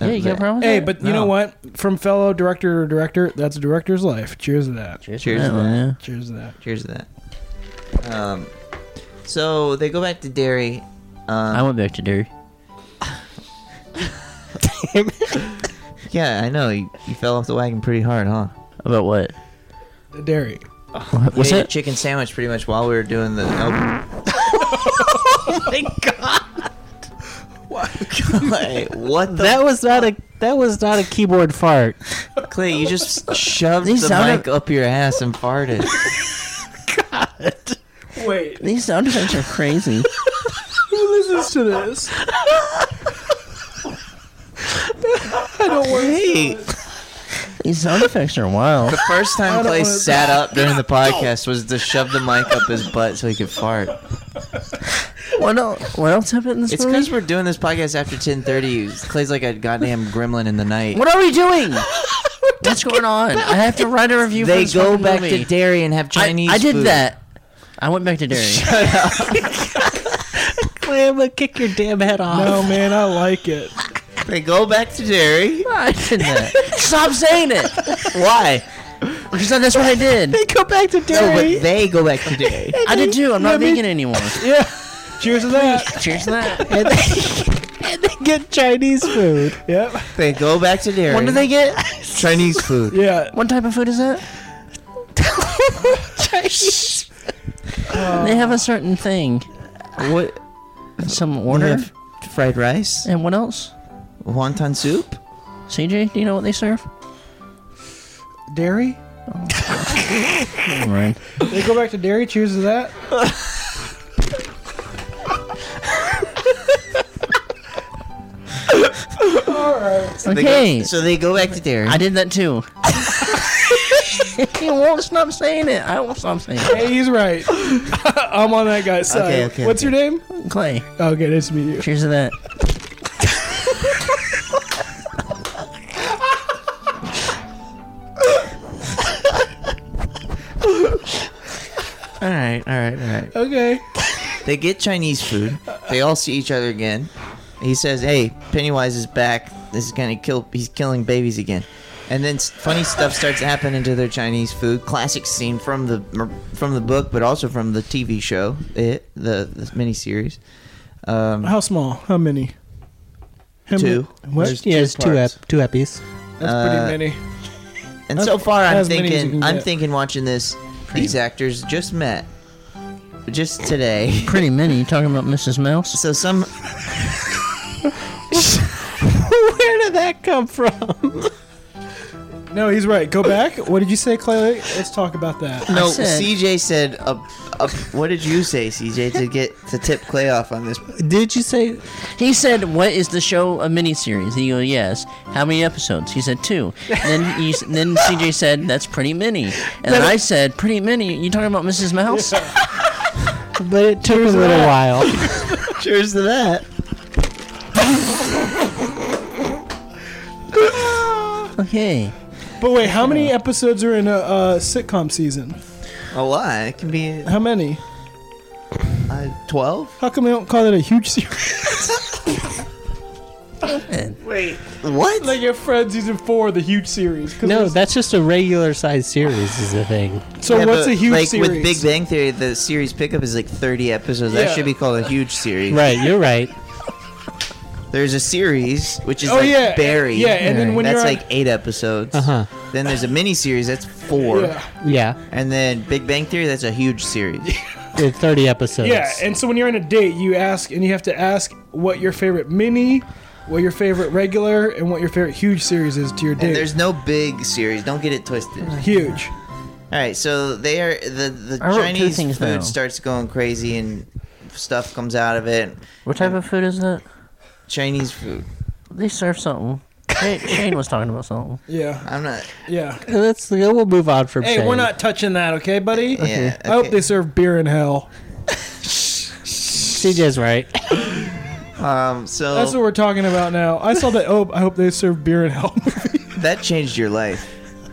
S3: uh,
S5: Yeah, you got a problem? with
S2: Hey,
S5: that?
S2: but you know
S3: No.
S2: what? From fellow director to director, that's a director's life. Cheers to that.
S5: Cheers,
S3: Cheers
S5: to
S3: to that.
S5: man.
S2: Cheers to that.
S3: Cheers to that. Um, so they go back to dairy.
S5: I
S3: Um,
S5: went back to dairy.
S3: yeah, I know you, you fell off the wagon pretty hard, huh?
S5: About what?
S2: The dairy.
S5: What- What's
S3: We ate
S5: that?
S3: a chicken sandwich pretty much while we were doing the. Oh, oh my god! What? Clay, what the?
S4: That was not a that was not a keyboard fart.
S3: Clay, you just shoved
S5: These
S3: the
S5: sounded-
S3: mic up your ass and farted.
S2: Wait,
S5: These sound effects are crazy.
S2: who listens to this?
S3: hey, the
S5: These sound effects are wild.
S3: first time
S2: don't
S3: Clay
S2: wanna-
S3: sat up during the podcast was to shove the mic up his butt so he could fart.
S5: What else? What else happened in this
S3: It's
S5: movie?
S3: because we're doing this podcast after ten thirty. Clay's like a goddamn gremlin in the night.
S5: What are we doing? What's going on? I have to write a review. for
S3: They
S5: this
S3: go
S5: fucking
S3: back
S5: movie.
S3: to dairy and have
S5: I-
S3: Chinese.
S5: I, did
S3: food.
S5: that. I went back to dairy.
S4: I'm gonna kick your damn head off.
S2: No, man, I like it.
S3: They go back to Jerry.
S5: I did that. Stop saying it.
S3: Why?
S5: Because that's what I did.
S4: go back to
S3: No, but they go back to Jerry.
S5: I did too. I'm not vegan anymore.
S2: Cheers to that.
S5: Cheers to that.
S4: and, they, and they get Chinese food.
S2: Yep.
S3: they go back to Jerry.
S5: What do they get?
S3: Chinese food.
S2: Yeah.
S5: What type of food is that? Chinese. They have a certain thing,
S3: What?
S5: some order,
S3: Fried rice,
S5: and what else?
S3: wonton soup.
S5: CJ, do you know what they serve?
S2: Dairy.
S6: Right.
S2: They go back to dairy. Cheers to that.
S3: They go-
S5: okay,
S3: so they go back to Jerry.
S5: I did that too. he won't stop saying it. I won't stop saying it.
S2: Hey, he's right. I'm on that guy's side.
S3: Okay, okay,
S2: What's your name?
S5: Clay,
S2: Okay, nice to meet you.
S5: cheers to that.
S3: all right, all right, all right.
S2: Okay.
S3: They get Chinese food. They all see each other again. He says, "Hey, Pennywise is back. This is gonna kill. He's killing babies again." And then s- funny stuff starts happening to their Chinese food. Classic scene from the from the book, but also from the TV show, it the, the miniseries. Um,
S2: How small? How many? Him-
S3: Two.
S2: What?
S3: There's
S4: Yeah, it's two
S3: parts.
S4: ep- two eppies.
S2: That's
S3: uh,
S2: pretty many.
S3: and so far, I'm
S2: As many as you can
S3: thinking, I'm
S2: get.
S3: thinking, watching this, these actors just met, just today.
S5: Pretty many. You talking about Mrs. Mouse?
S3: So some
S4: Where did that come from?
S2: No, he's right. Go back. What did you say, Clay? Let's talk about that.
S3: No,
S5: said-
S3: CJ said. Uh, uh, what did you say, CJ, to get to tip Clay off on this?
S4: Did you say?
S5: He said, "What is the show a miniseries?" He go, "Yes." How many episodes? He said two. And then he, s- then CJ said, "That's pretty many." And then I said, "Pretty many." You talking about Mrs. Mouse?
S4: But it took a little while.
S3: Cheers to that.
S5: Okay.
S2: But wait, how many episodes are in a, uh sitcom season?
S3: A lot. It can be
S2: How many?
S3: uh, twelve.
S2: How come they don't call it a huge series?
S3: What?
S2: like your friend season four, the huge series. 'Cause
S4: No,
S2: there's-
S4: that's just a regular size series is the thing.
S2: so
S3: Yeah,
S2: what's
S3: but,
S2: a huge
S3: like
S2: series?
S3: with Big Bang Theory? The series pickup is like thirty episodes.
S2: Yeah.
S3: That should be called a huge series.
S4: Right, you're right.
S3: There's a series which is
S2: Oh,
S3: like
S2: yeah,
S3: Barry.
S2: yeah, and then when
S3: that's
S2: you're on-
S3: like eight episodes.
S4: Uh-huh.
S3: Then there's a mini series that's four.
S2: Yeah.
S4: Yeah,
S3: And then Big Bang Theory that's a huge series.
S4: with 30 episodes.
S2: Yeah, and so when you're on a date, you ask, and you have to ask what your favorite mini, what your favorite regular, and what your favorite huge series is to your
S3: And
S2: date.
S3: there's no big series. Don't get it twisted.
S2: huge.
S3: All right, so they are the the
S5: I wrote two
S3: Chinese
S5: things
S3: food
S5: down.
S3: starts going crazy and stuff comes out of it.
S5: What type of food is that?
S3: Chinese food.
S5: They serve something. Shane, Shane was talking about something.
S2: Yeah,
S3: I'm not.
S2: yeah.
S4: Let's we'll move on from.
S2: Hey,
S4: Shane.
S2: we're not touching that, okay, buddy?
S3: Yeah.
S2: I hope
S3: okay.
S2: they serve beer in hell.
S4: CJ's right.
S3: Um. So
S2: That's what we're talking about now. I saw that. Oh, I hope they serve beer in hell.
S3: that changed your life.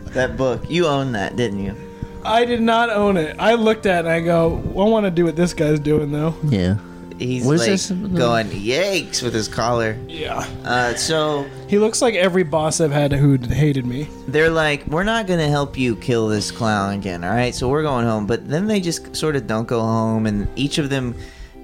S3: That book. You own that, didn't you?
S2: I did not own it. I looked at it and I go, I want to do what this guy's doing though.
S5: Yeah.
S3: He's
S5: What is
S3: like
S5: this?
S3: going yikes with his collar.
S2: Yeah.
S3: Uh. So
S2: He looks like every boss I've had who hated me.
S3: they're like, we're not gonna help you kill this clown again. All right. So we're going home. But then they just sort of don't go home, and each of them,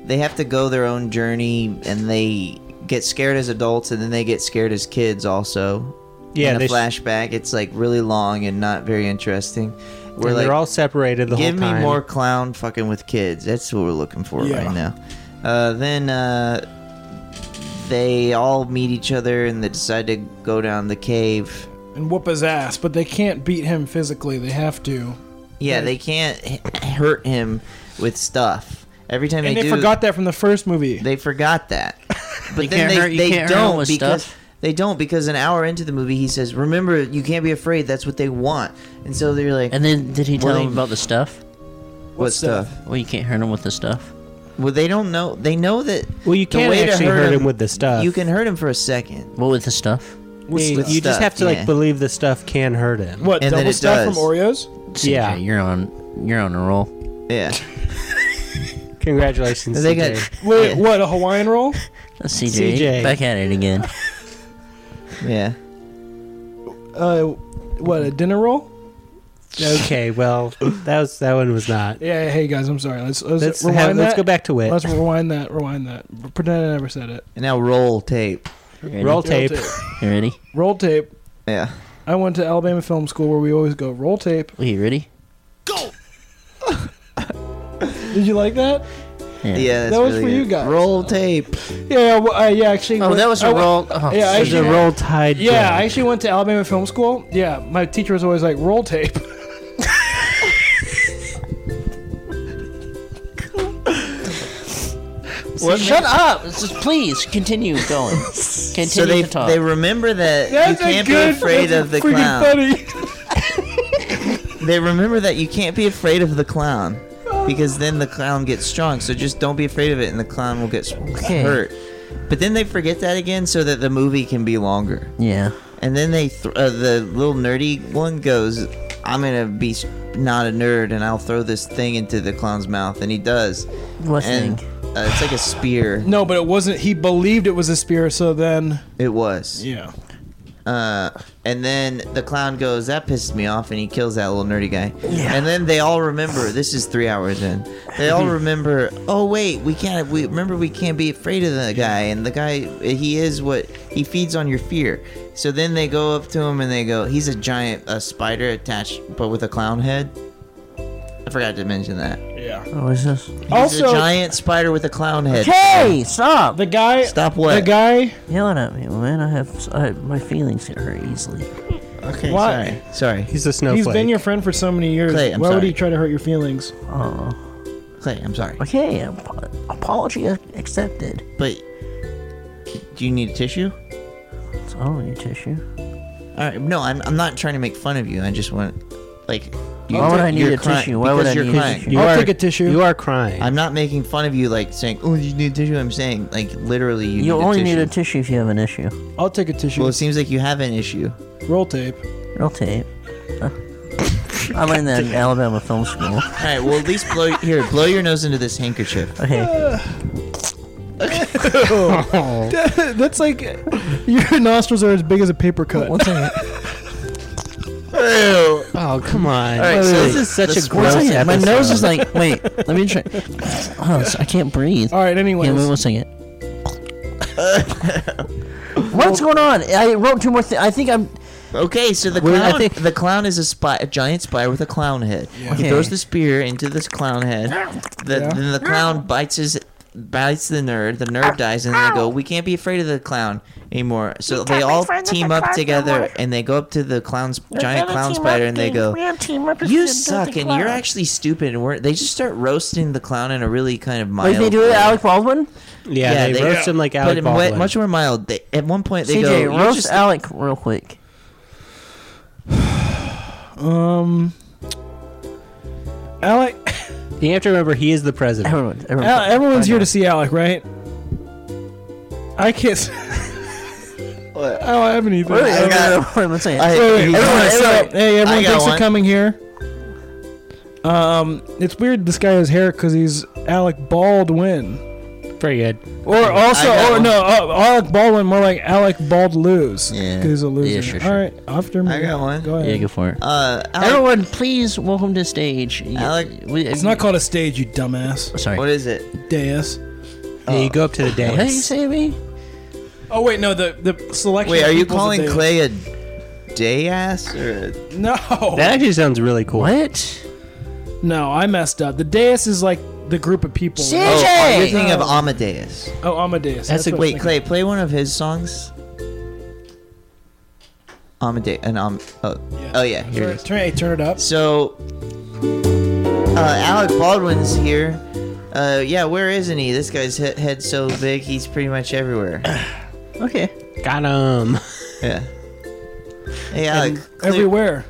S3: they have to go their own journey, and they get scared as adults, and then they get scared as kids also.
S4: Yeah,
S3: in
S4: they
S3: a
S4: sh-
S3: flashback. It's like really long and not very interesting. We're like,
S4: and they're all separated the
S3: give
S4: whole
S3: me
S4: time.
S3: more clown fucking with kids. That's what we're looking for
S2: Yeah.
S3: right now. Uh, then uh, they all meet each other and they decide to go down the cave.
S2: And whoop his ass, but they can't beat him physically. They have to.
S3: Yeah, they can't h- hurt him with stuff. Every time
S2: And
S3: they,
S2: they,
S3: do,
S2: forgot that from the first movie.
S3: they forgot that.
S5: can't
S3: But then they,
S5: hurt- you
S3: they
S5: can't hurt him
S3: don't
S5: with
S3: because
S5: stuff.
S3: they don't because an hour into the movie he says, "Remember, you can't be afraid. That's what they want." And so they're like,
S5: And then did he tell
S3: Well,
S5: him about the stuff?
S3: "What stuff?"
S5: Well, you can't hurt him with the stuff.
S3: Well, they don't know. They know that.
S4: Well, you
S3: the
S4: can't
S3: way to
S4: actually hurt him with the stuff.
S3: You can hurt him for a second.
S5: What with the stuff?
S4: you
S3: with
S4: you just
S3: stuff,
S4: have to
S3: yeah.
S4: like believe the stuff can hurt him.
S2: what,
S3: and then
S2: double
S3: it
S2: stuff
S3: does.
S2: from Oreos?
S5: CJ,
S4: Yeah.
S5: you're on. You're on a roll.
S3: Yeah.
S4: Congratulations.
S6: They
S4: CJ.
S6: got-
S2: Wait, what? A Hawaiian roll?
S5: CJ,
S4: CJ.
S5: back at it again.
S3: Yeah.
S2: Uh, what? A dinner roll?
S4: okay, well, that was that one was not.
S2: Yeah. Hey guys, I'm sorry. Let's let's,
S4: Let's
S2: rewind
S4: have,
S2: that.
S4: let's go back to it.
S2: Let's rewind that. Rewind that. Pretend I never said it.
S3: And now roll tape.
S5: You ready?
S4: Roll tape.
S5: You ready?
S2: Roll tape.
S3: Yeah.
S2: I went to Alabama Film School where we always go roll tape.
S5: Wait, you ready?
S2: Did you like that?
S3: Yeah, that's
S2: that was
S3: really
S2: for
S3: good.
S2: you guys.
S3: Roll tape.
S2: Yeah. Well, uh, yeah. Actually.
S6: Oh,
S2: went-
S6: that was
S2: I
S6: a
S2: went-
S6: roll.
S3: uh-huh.
S6: Oh,
S2: Yeah, I
S4: There's a
S2: actually-
S4: roll tide.
S2: Yeah, I actually went to Alabama Film School. Yeah, my teacher was always like, roll tape.
S5: Shut up! This is- please continue going. Continue
S3: So they
S5: to talk.
S3: they remember that
S2: That's
S3: you can't
S2: a good,
S3: be afraid
S2: that's
S3: of the
S2: freaking
S3: clown.
S2: funny.
S3: They remember that you can't be afraid of the clown because then the clown gets strong. So just don't be afraid of it, and the clown will get s-
S5: Okay.
S3: hurt. But then they forget that again, so that the movie can be longer.
S5: yeah.
S3: And then they th- uh, the little nerdy one goes, "I'm gonna be s- not a nerd, and I'll throw this thing into the clown's mouth." And he does.
S5: What
S3: And
S5: thing?
S3: uh, it's like a spear.
S2: No, but it wasn't. He believed it was a spear, so then.
S3: It was.
S2: Yeah.
S3: Uh, and then the clown goes, "That pissed me off," and he kills that little nerdy guy. And then they all remember. This is three hours in. They all remember. Oh wait, we can't. We remember we can't be afraid of the guy. And the guy, he is what he feeds on your fear. So then they go up to him and they go, "He's a giant, a spider attached, but with a clown head." I forgot to mention that.
S2: Yeah.
S5: What is this?
S3: He's a
S2: Also-
S3: giant spider with a clown head.
S5: Hey, stop!
S2: The guy.
S3: Stop what?
S2: The guy.
S5: Yelling at me, man. I have I, my feelings get hurt easily.
S3: Okay,
S2: Why?
S3: Sorry, sorry,
S4: He's a snowflake.
S2: He's been your friend for so many years.
S3: Clay, I'm
S2: Why would
S3: sorry.
S2: he try to hurt your feelings?
S5: Oh.
S3: Clay. I'm sorry,
S5: Okay, ap- apology ac- accepted.
S3: but do you need a tissue?
S5: It's only a tissue.
S3: All right, no, I'm, I'm not trying to make fun of you. I just want, like, you,
S5: Why would I need
S3: you're
S5: a tissue? Why would
S3: because
S5: I
S3: you're
S5: need a
S3: crying.
S5: tissue?
S4: You
S2: I'll
S4: are-
S2: take a tissue.
S4: You are crying.
S3: I'm not making fun of you, like saying, "Oh, you need tissue." I'm saying, like, literally, you,
S5: You
S3: need
S5: only
S3: a tissue.
S5: need a tissue if you have an issue.
S2: I'll take a tissue.
S3: well, it seems like you have an issue.
S2: Roll tape.
S5: Roll tape. Huh? I learned that in Alabama film school.
S3: All right, well, at least blow here, blow your nose into this handkerchief.
S5: Okay.
S2: That's like your nostrils are as big as a paper cut.
S5: What's a,
S4: oh, come on.
S3: right, so
S4: this is such
S3: the
S4: a gross
S5: what's a,
S4: episode.
S5: my nose is like, wait, let me try. Oh, it's- I can't breathe.
S2: All right. Anyways.
S5: Yeah, wait one second. What's going on? I wrote two more things. I think I'm.
S3: Okay, so the
S5: Well, I
S3: clown,
S5: think-
S3: the clown is a spy, a giant spider with a clown head. He
S5: Okay.
S3: throws the spear into this clown head. The,
S2: Yeah.
S3: Then the clown bites his, bites the nerd. The nerd dies, and they go, "We can't be afraid of the clown anymore." So they all team up together, and they go up to the clown's giant clown spider, and they go, "You suck, and you're actually stupid." And we're, they just start roasting the clown in a really kind of mild.
S5: Wait, they do it,
S3: way.
S5: to Alec Baldwin?
S4: yeah,
S3: yeah,
S4: they,
S3: they-
S4: roast him like
S3: but
S4: Alec
S3: in way-
S4: Baldwin.
S3: much more mild. They, at one point, they
S5: CJ,
S3: go, "You're
S5: roast
S3: just a
S5: Alec real quick.
S2: Um. Alec.
S4: you have to remember, he is the president.
S5: Everyone, everyone.
S2: Al- everyone's here to see Alec, right? I can't. s- I don't have anything.
S5: Wait,
S2: I
S5: wait,
S2: don't-
S5: wait,
S3: got-
S5: wait, one second.
S3: I-
S2: Wait, wait,
S3: He's
S2: everyone,
S3: gonna
S2: everyone-
S3: say-
S2: hey,
S3: I
S2: everyone,
S3: got
S2: thanks for
S3: one.
S2: coming here. Um, it's weird this guy has hair because he's Alec Baldwin,
S4: Pretty good.
S2: or also,
S3: I got
S2: or
S3: one.
S2: no, uh, Alec Baldwin, more like Alec Bald Lose.
S3: Yeah.
S2: he's a loser.
S5: Yeah, sure,
S2: All
S5: sure.
S2: right, after me.
S3: I got one.
S2: Go ahead.
S5: Yeah, go for it.
S3: Uh, Alec,
S5: Everyone, please welcome to stage. Y-
S3: Alec-
S5: we-
S2: it's not called a stage, you dumbass.
S5: Oh, Sorry.
S3: what is it?
S2: Deus.
S4: Yeah, you go up to the
S5: What did you
S4: dance.
S5: say to me?
S2: Oh wait, no, the the selection.
S3: Wait,
S2: of
S3: are you
S2: people's a
S3: calling
S2: deus.
S3: Clay a day ass or a, Oh,
S2: No,
S4: That actually sounds really cool.
S5: What?
S2: no, I messed up. The Deus is like the group of people.
S5: Shit.
S3: oh,
S5: Jay!
S3: you're thinking of Amadeus?
S2: Oh, Amadeus.
S4: That's a-
S2: what I'm
S3: Wait,
S2: thinking.
S3: Clay, play one of his songs. Amadeus and um oh, oh yeah here
S2: Turn,
S3: it is.
S2: turn, hey, turn it up.
S3: So uh, Alec Baldwin's here. Uh, yeah, where isn't he? This guy's he- head's so big, he's pretty much everywhere. okay.
S4: Got him.
S3: Yeah. Hey, Alec. clear-
S2: Everywhere.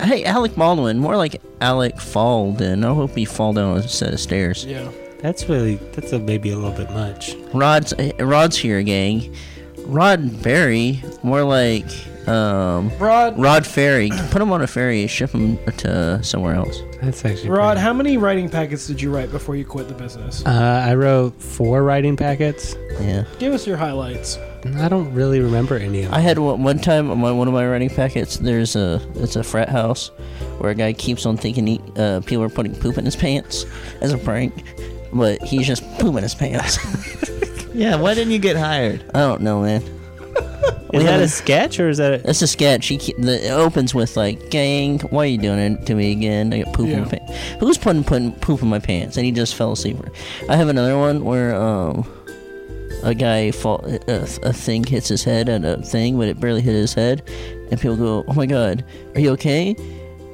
S5: Hey, Alec Baldwin, more like Alec Falden. I hope he fall down a set of stairs.
S2: Yeah.
S4: That's really, that's a, maybe a little bit much.
S5: Rod's eh, Rod's here, gang. Rod Berry, more like um,
S2: Rod.
S5: Rod Ferry. Put him on a ferry, ship him to somewhere else.
S4: That's actually.
S2: Rod,
S4: pretty-
S2: how many writing packets did you write before you quit the business?
S4: Uh, I wrote four writing packets.
S5: Yeah.
S2: Give us your highlights.
S4: I don't really remember any of them.
S5: I had one, one time on my, one of my writing packets. There's a it's a frat house where a guy keeps on thinking he, uh, people are putting poop in his pants as a prank, but he's just pooping his pants.
S3: Yeah, why didn't you get hired?
S5: I don't know, man.
S4: Is
S5: we
S4: that
S5: had
S4: a
S5: a-
S4: sketch or is that? A,
S5: That's a sketch. He, ke- the, it opens with like, "Gang, why are you doing it to me again? I got poop in my
S2: Yeah.
S5: pants. Who's putting putting poop in my pants?" And he just fell asleep. I have another one where um, a guy fall a, a thing hits his head at a thing, but it barely hit his head, and people go, "Oh my god, are you okay?"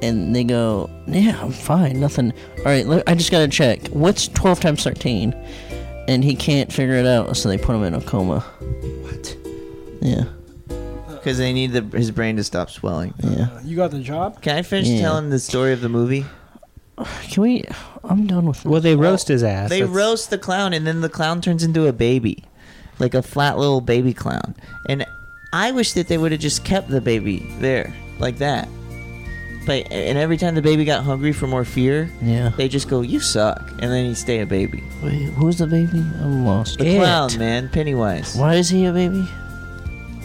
S5: And they go, "Yeah, I'm fine. Nothing. All right, le- I just gotta check. What's twelve times 13? And he can't figure it out, so they put him in a coma. What? Yeah,
S3: Because they need the, his brain to stop swelling.
S5: yeah.
S2: You got the job?
S3: Can I finish
S5: Yeah.
S3: telling the story of the movie?
S5: Can we? I'm done with
S4: well, they roast his ass.
S3: They
S4: That's-
S3: roast the clown, and then the clown turns into a baby, like a flat little baby clown. And I wish that they would have just kept the baby there, like that. But and every time the baby got hungry for more fear,
S5: Yeah.
S3: they just go, "You suck," and then he stay a baby.
S5: Wait, who's the baby? I'm lost.
S3: The
S5: It.
S3: clown, man, Pennywise.
S5: Why is he a baby?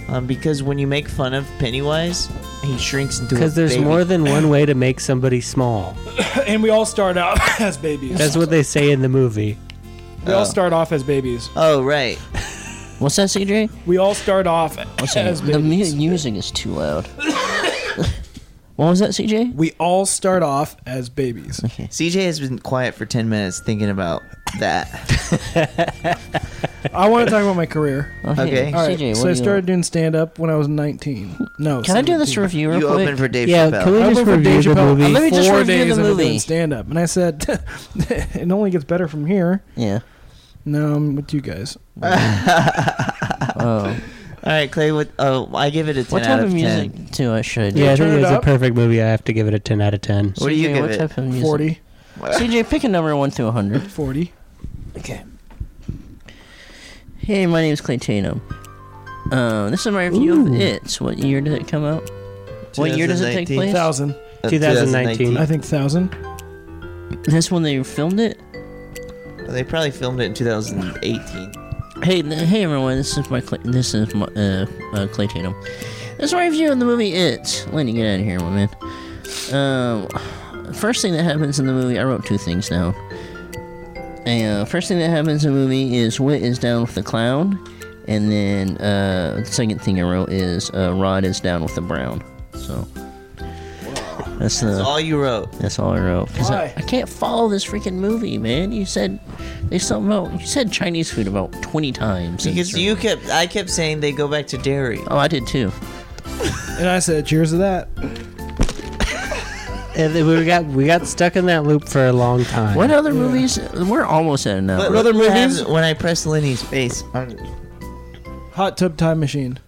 S3: Um, because when you make fun of Pennywise, he shrinks into a
S4: Because there's
S3: baby.
S4: more than one way to make somebody small.
S2: And we all start out as babies.
S4: That's what they say in the movie.
S2: we all start off as babies.
S3: Oh right.
S5: What's that, CJ?
S2: We all start off
S5: What's that?
S2: as
S5: The
S2: babies.
S5: mu- music is too loud. what was that, CJ?
S2: we all start off as babies.
S3: CJ has been quiet for ten minutes thinking about that.
S2: I want to talk about my career.
S3: Okay.
S2: All right,
S5: CJ, Oh, what
S2: so
S5: do
S2: I
S5: you
S2: started doing stand up when I was 19. No.
S5: Can I do this
S2: 17.
S5: review real
S3: you
S5: quick?
S3: open for Dave
S4: Yeah,
S3: Chappelle.
S4: can we
S2: I
S4: just
S2: opened for
S4: review
S2: Dave
S4: the
S2: Chappelle.
S4: movie?
S5: Let me just
S2: Four
S5: review
S2: days
S5: the
S2: I've been doing
S5: movie.
S2: stand up, and I said, "It only gets better from here."
S5: yeah.
S2: No, I'm with you guys.
S5: Oh.
S3: All right, Clay. What? Oh, I give it a ten
S5: what
S3: out
S5: type of
S3: of
S5: music
S3: ten.
S5: do I should?
S4: Yeah, I
S2: turn
S4: think
S2: it
S4: it's a
S2: up.
S4: perfect movie. I have to give it a 10 out of 10.
S3: What do you
S5: CJ,
S3: give
S5: what
S3: it?
S5: Type of music?
S2: 40,
S5: CJ, pick a number one through hundred.
S2: 40.
S5: Okay. Hey, my name is Clay Tatum. Uh, this is my review of It. What year did it come out? What year does it take
S3: 2019?
S5: place?
S2: Thousand.
S3: Uh,
S4: 2019.
S2: I think thousand.
S5: That's when they filmed it.
S3: They probably filmed it in 2018.
S5: Hey, th- hey everyone! This is my Clay, this is my uh, uh, Clay Tatum. This is my review on the movie It. Lenny, get out of here, my man. Um, first thing that happens in the movie, I wrote two things down. And, uh, first thing that happens in the movie is Wit is down with the clown, and then uh, the second thing I wrote is uh, Rod is down with the brown. So that's the
S3: That's all you wrote.
S5: Uh, that's all I wrote. 'Cause I,
S2: Why?
S5: I can't follow this freaking movie, man. You said they something about you said Chinese food about twenty times. in
S3: Because
S5: this
S3: you
S5: room.
S3: kept, I kept saying they go back to dairy.
S5: Oh, I did too.
S2: And I said, "Cheers to that."
S4: And then we got we got stuck in that loop for a long time.
S5: What other movies? We're almost at an hour.
S3: But
S2: other
S3: look what
S2: movies?
S3: happened When I pressed Lenny's face, on-
S2: Hot tub time machine.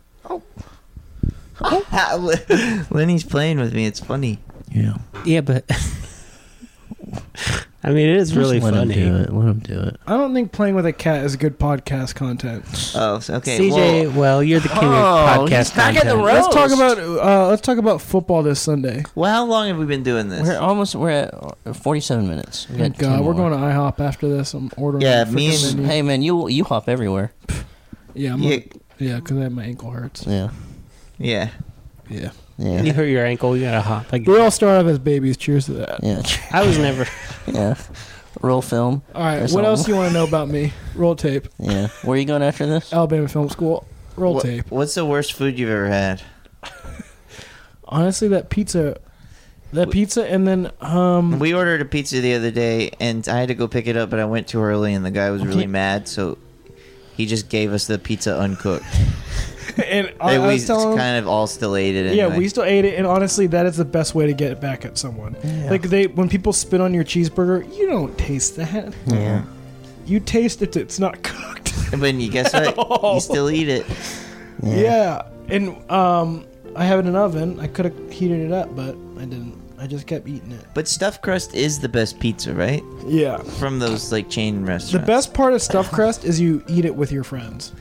S3: Lenny's playing with me. It's funny.
S5: yeah,
S4: Yeah, but I mean, it is really
S5: let
S4: funny.
S5: Him do it. Let him do it.
S2: I don't think playing with a cat is good podcast content.
S3: Oh, so- okay.
S4: CJ,
S3: well,
S4: well, you're the king
S5: Oh,
S4: of podcast
S5: he's back in
S4: content.
S5: the road.
S2: Let's talk about uh, let's talk about football this Sunday.
S3: well, how long have we been doing this?
S5: We're almost. We're at forty-seven minutes. We
S2: Thank God, we're going to IHOP after this. I'm ordering.
S3: Yeah,
S2: a freaking
S3: me and-
S2: menu.
S5: Hey man, you you hop everywhere.
S2: yeah, I'm
S3: yeah,
S2: yeah, because I my ankle hurts.
S5: Yeah,
S3: yeah.
S2: Yeah,
S5: yeah,
S4: You
S5: yeah.
S4: hurt your ankle. You gotta hop. Like,
S2: we all start off as babies. Cheers to that.
S5: yeah.
S4: I was never.
S5: Roll film.
S2: All right,
S5: That's
S2: what
S5: all.
S2: else do you want to know about me? Roll tape.
S5: Yeah. Where are you going after this?
S2: Alabama Film School. Roll
S3: What-
S2: tape.
S3: what's the worst food you've ever had?
S2: Honestly, that pizza, that pizza, and then um,
S3: We ordered a pizza the other day, and I had to go pick it up, but I went too early, and the guy was really mad, so he just gave us the pizza uncooked.
S2: and I,
S3: They-
S2: I
S3: we
S2: was telling.
S3: kind of all still ate it.
S2: yeah,
S3: Anyway.
S2: we still ate it, and honestly, that is the best way to get it back at someone. Like they, when people spit on your cheeseburger, you don't taste that.
S5: Yeah.
S2: You taste it; it's not cooked.
S3: But you guess what?
S2: all.
S3: You still eat it.
S2: Yeah. and um, I have it in an oven. I could have heated it up, but I didn't. I just kept eating it.
S3: But stuffed crust is the best pizza, right?
S2: Yeah.
S3: From those like chain
S2: The
S3: restaurants.
S2: best part of stuffed crust is you eat it with your friends.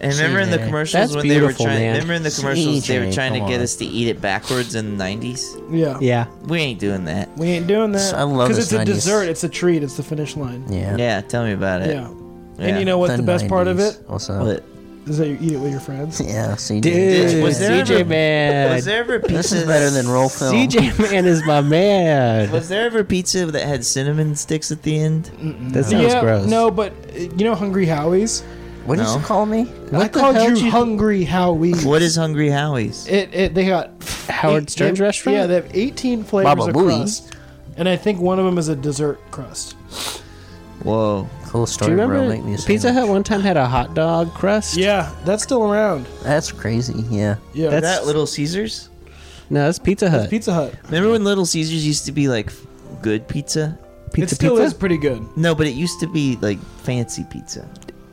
S3: And remember in the
S10: Gee,
S3: commercials
S10: that's
S3: when they were
S10: beautiful,
S3: trying.
S10: man.
S3: Remember in the commercials they were
S10: CJ,
S3: trying to
S10: come
S3: get
S10: on.
S3: us to eat it backwards in the nineties.
S2: Yeah.
S4: Yeah.
S3: We ain't doing that.
S2: We ain't doing that.
S10: I love
S2: Because
S10: this
S2: it's a
S10: 90s.
S2: dessert. It's a treat. It's the finish line.
S10: Yeah.
S3: Yeah, tell me about
S2: Yeah.
S3: it.
S2: And you know what's the, best part of it?
S10: 90s Also.
S3: What?
S2: Is that you eat it with your friends.
S10: Yeah, CJ.
S4: Dude,
S3: Was there
S4: CJ
S3: ever-
S4: man.
S3: Was there ever pizza?
S10: This is better than roll film.
S4: CJ man is my man.
S3: Was there ever pizza that had cinnamon sticks at the end?
S4: That sounds
S2: yeah,
S4: gross.
S2: No, but uh, you know Hungry Howie's?
S10: What did
S3: No.
S10: you call me?
S2: I
S10: What the
S2: called
S10: hell
S2: you,
S10: did
S2: Hungry Howie's.
S3: What is Hungry Howie's?
S2: It, it, they got
S4: Howard
S2: eight-
S4: Stern's
S2: they-
S4: restaurant?
S2: Yeah, they have 18 flavors
S10: Baba
S2: of
S10: Booey.
S2: crust, and I think one of them is a dessert crust.
S3: Whoa.
S10: Cool
S4: Do
S10: story,
S4: you
S10: bro.
S4: remember
S10: Make me a
S4: Pizza
S10: sandwich.
S4: Hut one time had a hot dog crust?
S2: Yeah, that's still around.
S10: That's crazy. Yeah.
S2: Yeah,
S4: That's-
S3: that Little Caesars?
S4: No, that's Pizza Hut.
S2: Pizza Hut.
S3: Remember when Little Caesars used to be like good pizza?
S2: It
S4: Pizza
S2: still
S4: Pizza.
S2: is pretty good.
S3: No, but it used to be like fancy pizza.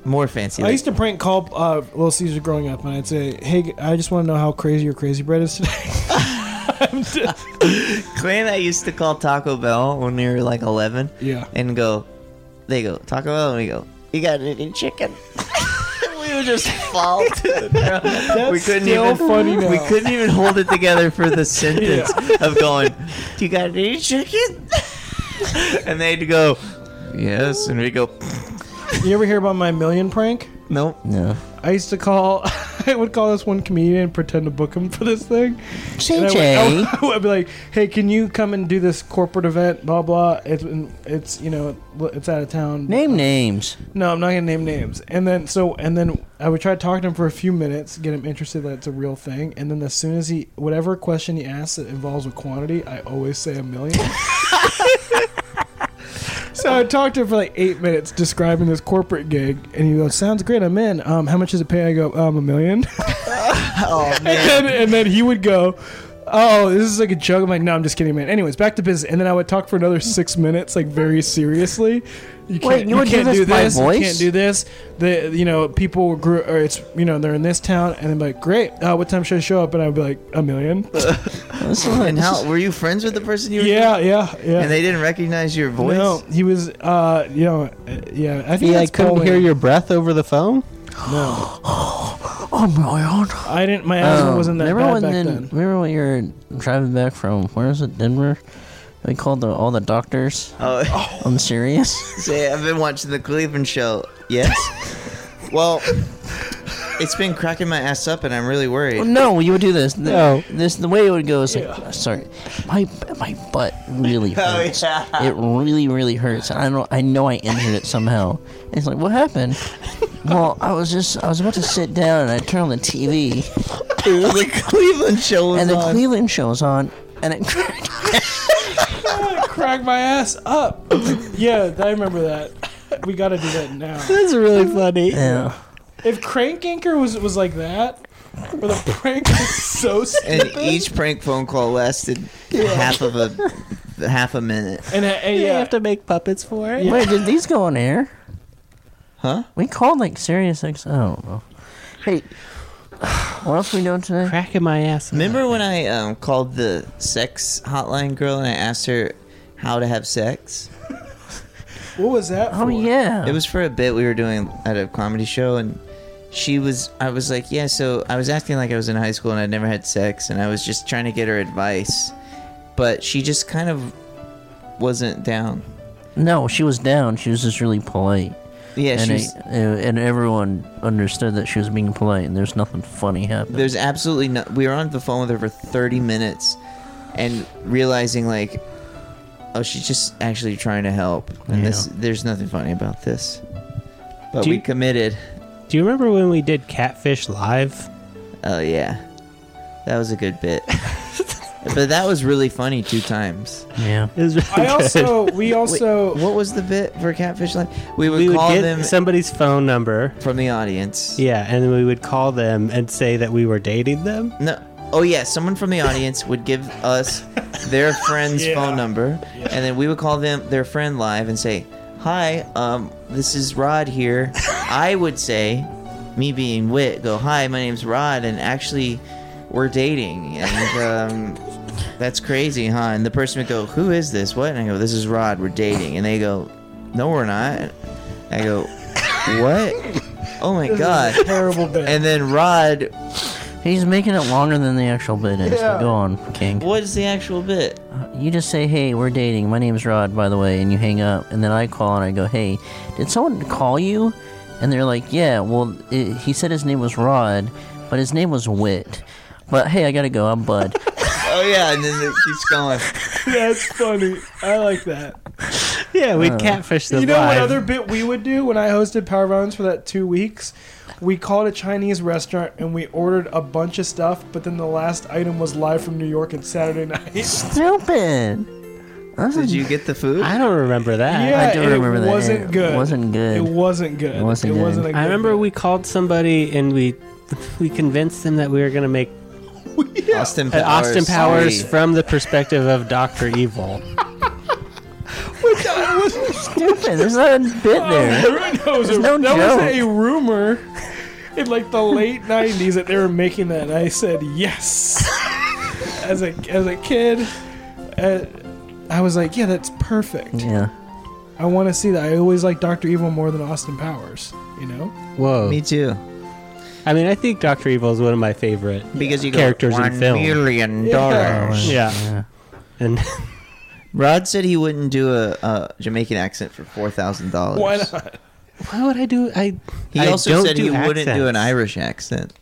S3: More fancy.
S2: I
S3: like-
S2: used to prank call uh, Little Caesars growing up, and I'd say, "Hey, I just want to know how crazy your crazy bread is today."
S3: Clay and I used to call Taco Bell when we were like 11
S2: yeah,
S3: and go, they go, Taco Bell, and we go, you got any chicken? we would just fall to the ground. we couldn't
S2: still
S3: even,
S2: funny now.
S3: We couldn't even hold it together for the sentence of going, you got any chicken? and they'd go, yes. And we go,
S2: you ever hear about my million prank?
S3: nope.
S10: No.
S2: I used to call. I would call this one comedian and pretend to book him for this thing. And I would- I "Oh." would,
S10: CJ.
S2: I would be like, "Hey, can you come and do this corporate event? Blah blah. It's in- it's you know it's out of town.
S10: Name names.
S2: No, I'm not gonna name names. And then so and then I would try to talk to him for a few minutes, get him interested that it's a real thing. And then as soon as he whatever question he asks that involves a quantity, I always say a million. so I talked to him for like eight minutes describing this corporate gig, and he goes, "Sounds great. I'm in. Um, how much does it pay?" I go, "Um, a million. and, then, and then he would go, "Oh, this is like a joke." I'm like, "No, I'm just kidding, man." Anyways, back to business. And then I would talk for another six minutes, like very seriously. You can't,
S10: you would do
S2: can't
S10: this
S2: do
S10: by
S2: this. You
S10: voice?
S2: can't do this. The you know people grew, or it's you know they're in this town, and I'm like, "Great. Uh, what time should I show up?" And I'd be like, "A million.
S10: This is like,
S3: And how, were you friends with the person you were?
S2: yeah, yeah, yeah.
S3: And they didn't recognize your voice?
S2: no, he was, uh, you know, uh, yeah. I think
S4: He
S2: that's
S4: like couldn't
S2: probably-
S4: hear your breath over the phone.
S2: No,
S10: oh my god.
S2: I didn't. My asthma wasn't that
S10: Oh. remember
S2: bad
S10: when
S2: back
S10: then,
S2: then.
S10: Remember when you were driving back from where was it? Denver. We called the, all the doctors.
S3: Oh.
S10: I'm serious.
S3: Say, I've been watching the Cleveland show. Yes. well, it's been cracking my ass up, and I'm really worried.
S10: no, you would do this. The-
S4: No.
S10: this the way it would go is like, sorry, my my butt really hurts. It really really hurts. I don't. I know I injured it somehow. And it's like, what happened? well, I was just I was about to sit down and I turned on the TV
S3: the Cleveland show was
S10: and the
S3: on.
S10: Cleveland show was on and it cracked.
S2: Crack my ass up. yeah, I remember that. We gotta do that now.
S4: That's really funny.
S10: Yeah.
S2: If Crank Anchor was was like that, where the prank was so
S3: and
S2: stupid,
S3: each prank phone call lasted half of a half a minute.
S2: and, uh, and
S4: You
S2: yeah,
S4: have to make puppets for it.
S10: Wait, did these go on air?
S3: Huh?
S10: We called like Sirius X. I don't know. Hey, what else we doing today?
S4: Cracking my ass.
S3: Remember when I um, called the sex hotline girl and I asked her how to have sex?
S2: what was that?
S10: Oh
S2: for?
S10: yeah.
S3: It was for a bit we were doing at a comedy show, and she was. I was like, yeah. So I was acting like I was in high school and I'd never had sex, and I was just trying to get her advice, but she just kind of wasn't down.
S10: no, she was down. She was just really polite,
S3: Yeah,
S10: and
S3: she
S10: it-
S3: was,
S10: uh, and everyone understood that she was being polite, and there's nothing funny happening.
S3: there's absolutely no. We were on the phone with her for 30 minutes, and realizing like, oh, she's just actually trying to help, and this there's nothing funny about this. But
S4: Do
S3: we
S4: you-
S3: committed.
S4: Do you remember when we did Catfish Live?
S3: Oh yeah, that was a good bit. but that was really funny two times.
S10: yeah.
S4: It was
S2: I
S4: really
S2: also we
S3: Wait,
S2: also
S3: what was the bit for catfish line? We would
S4: we would
S3: call
S4: get
S3: them
S4: somebody's phone number.
S3: from the audience.
S4: Yeah, and then we would call them and say that we were dating them.
S3: No. Oh yeah, someone from the audience would give us their friend's phone number, and then we would call them their friend live and say, "Hi, um, this is Rod here." I would say, me being wit, go, "Hi, my name's Rod, and actually, we're dating, and um, that's crazy, huh?" And the person would go, "Who is this? What?" And I go, "This is Rod. We're dating." And they go, "No, we're not." I go, "What?" Oh my god.
S2: Terrible bit.
S3: And then Rod,
S5: He's making it longer than the actual bit is. but
S2: Yeah.
S5: Go on, King.
S3: what is the actual bit?
S5: You just say, "Hey, we're dating. My name's Rod, by the way," and you hang up. And then I call and I go, "Hey, did someone call you?" And they're like, "Yeah. Well, it, he said his name was Rod, but his name was Wit. But hey, I gotta go. I'm Bud."
S3: Oh yeah, and then it keeps going.
S2: That's funny. I like that.
S4: Yeah, we'd catfish them
S2: you know what
S4: live.
S2: other bit we would do when I hosted Power Rounds for that two weeks? We called a Chinese restaurant and we ordered a bunch of stuff, but then the last item was live from New York on Saturday night.
S5: Stupid.
S3: Did you get the food?
S4: I don't remember that.
S2: yeah,
S5: do
S2: and
S5: remember
S2: it
S5: that.
S2: wasn't
S5: It
S2: good.
S5: wasn't good.
S2: It wasn't good. It
S5: wasn't
S2: wasn't,
S5: good.
S2: a good
S4: I remember
S2: bit.
S4: we called somebody and we we convinced them that we were going to make
S3: Austin
S4: uh,
S3: Powers.
S4: Austin Powers
S3: three.
S4: from the perspective of Doctor Evil.
S5: Stupid. There's not a bit there.
S2: That was, a,
S5: no
S2: that
S5: joke.
S2: was a rumor in like the late '90s that they were making that, and I said yes. as a as a kid, uh, I was like, "Yeah, that's perfect.
S5: Yeah.
S2: I want to see that." I always like Doctor Evil more than Austin Powers. You know?
S4: Whoa.
S3: Me too.
S4: I mean, I think Doctor Evil is one of my favorite.
S3: Because you
S4: Characters
S3: go,
S4: in
S3: "One
S4: film."
S3: million
S2: Yeah.
S3: dollars.
S4: Yeah. And
S3: Rod said he wouldn't do a, a Jamaican accent for four thousand
S2: Why
S3: dollars.
S2: not?
S4: why would I do? I
S3: He
S4: I
S3: also
S4: don't
S3: said
S4: do
S3: he wouldn't do an
S4: accents.
S3: Irish accent.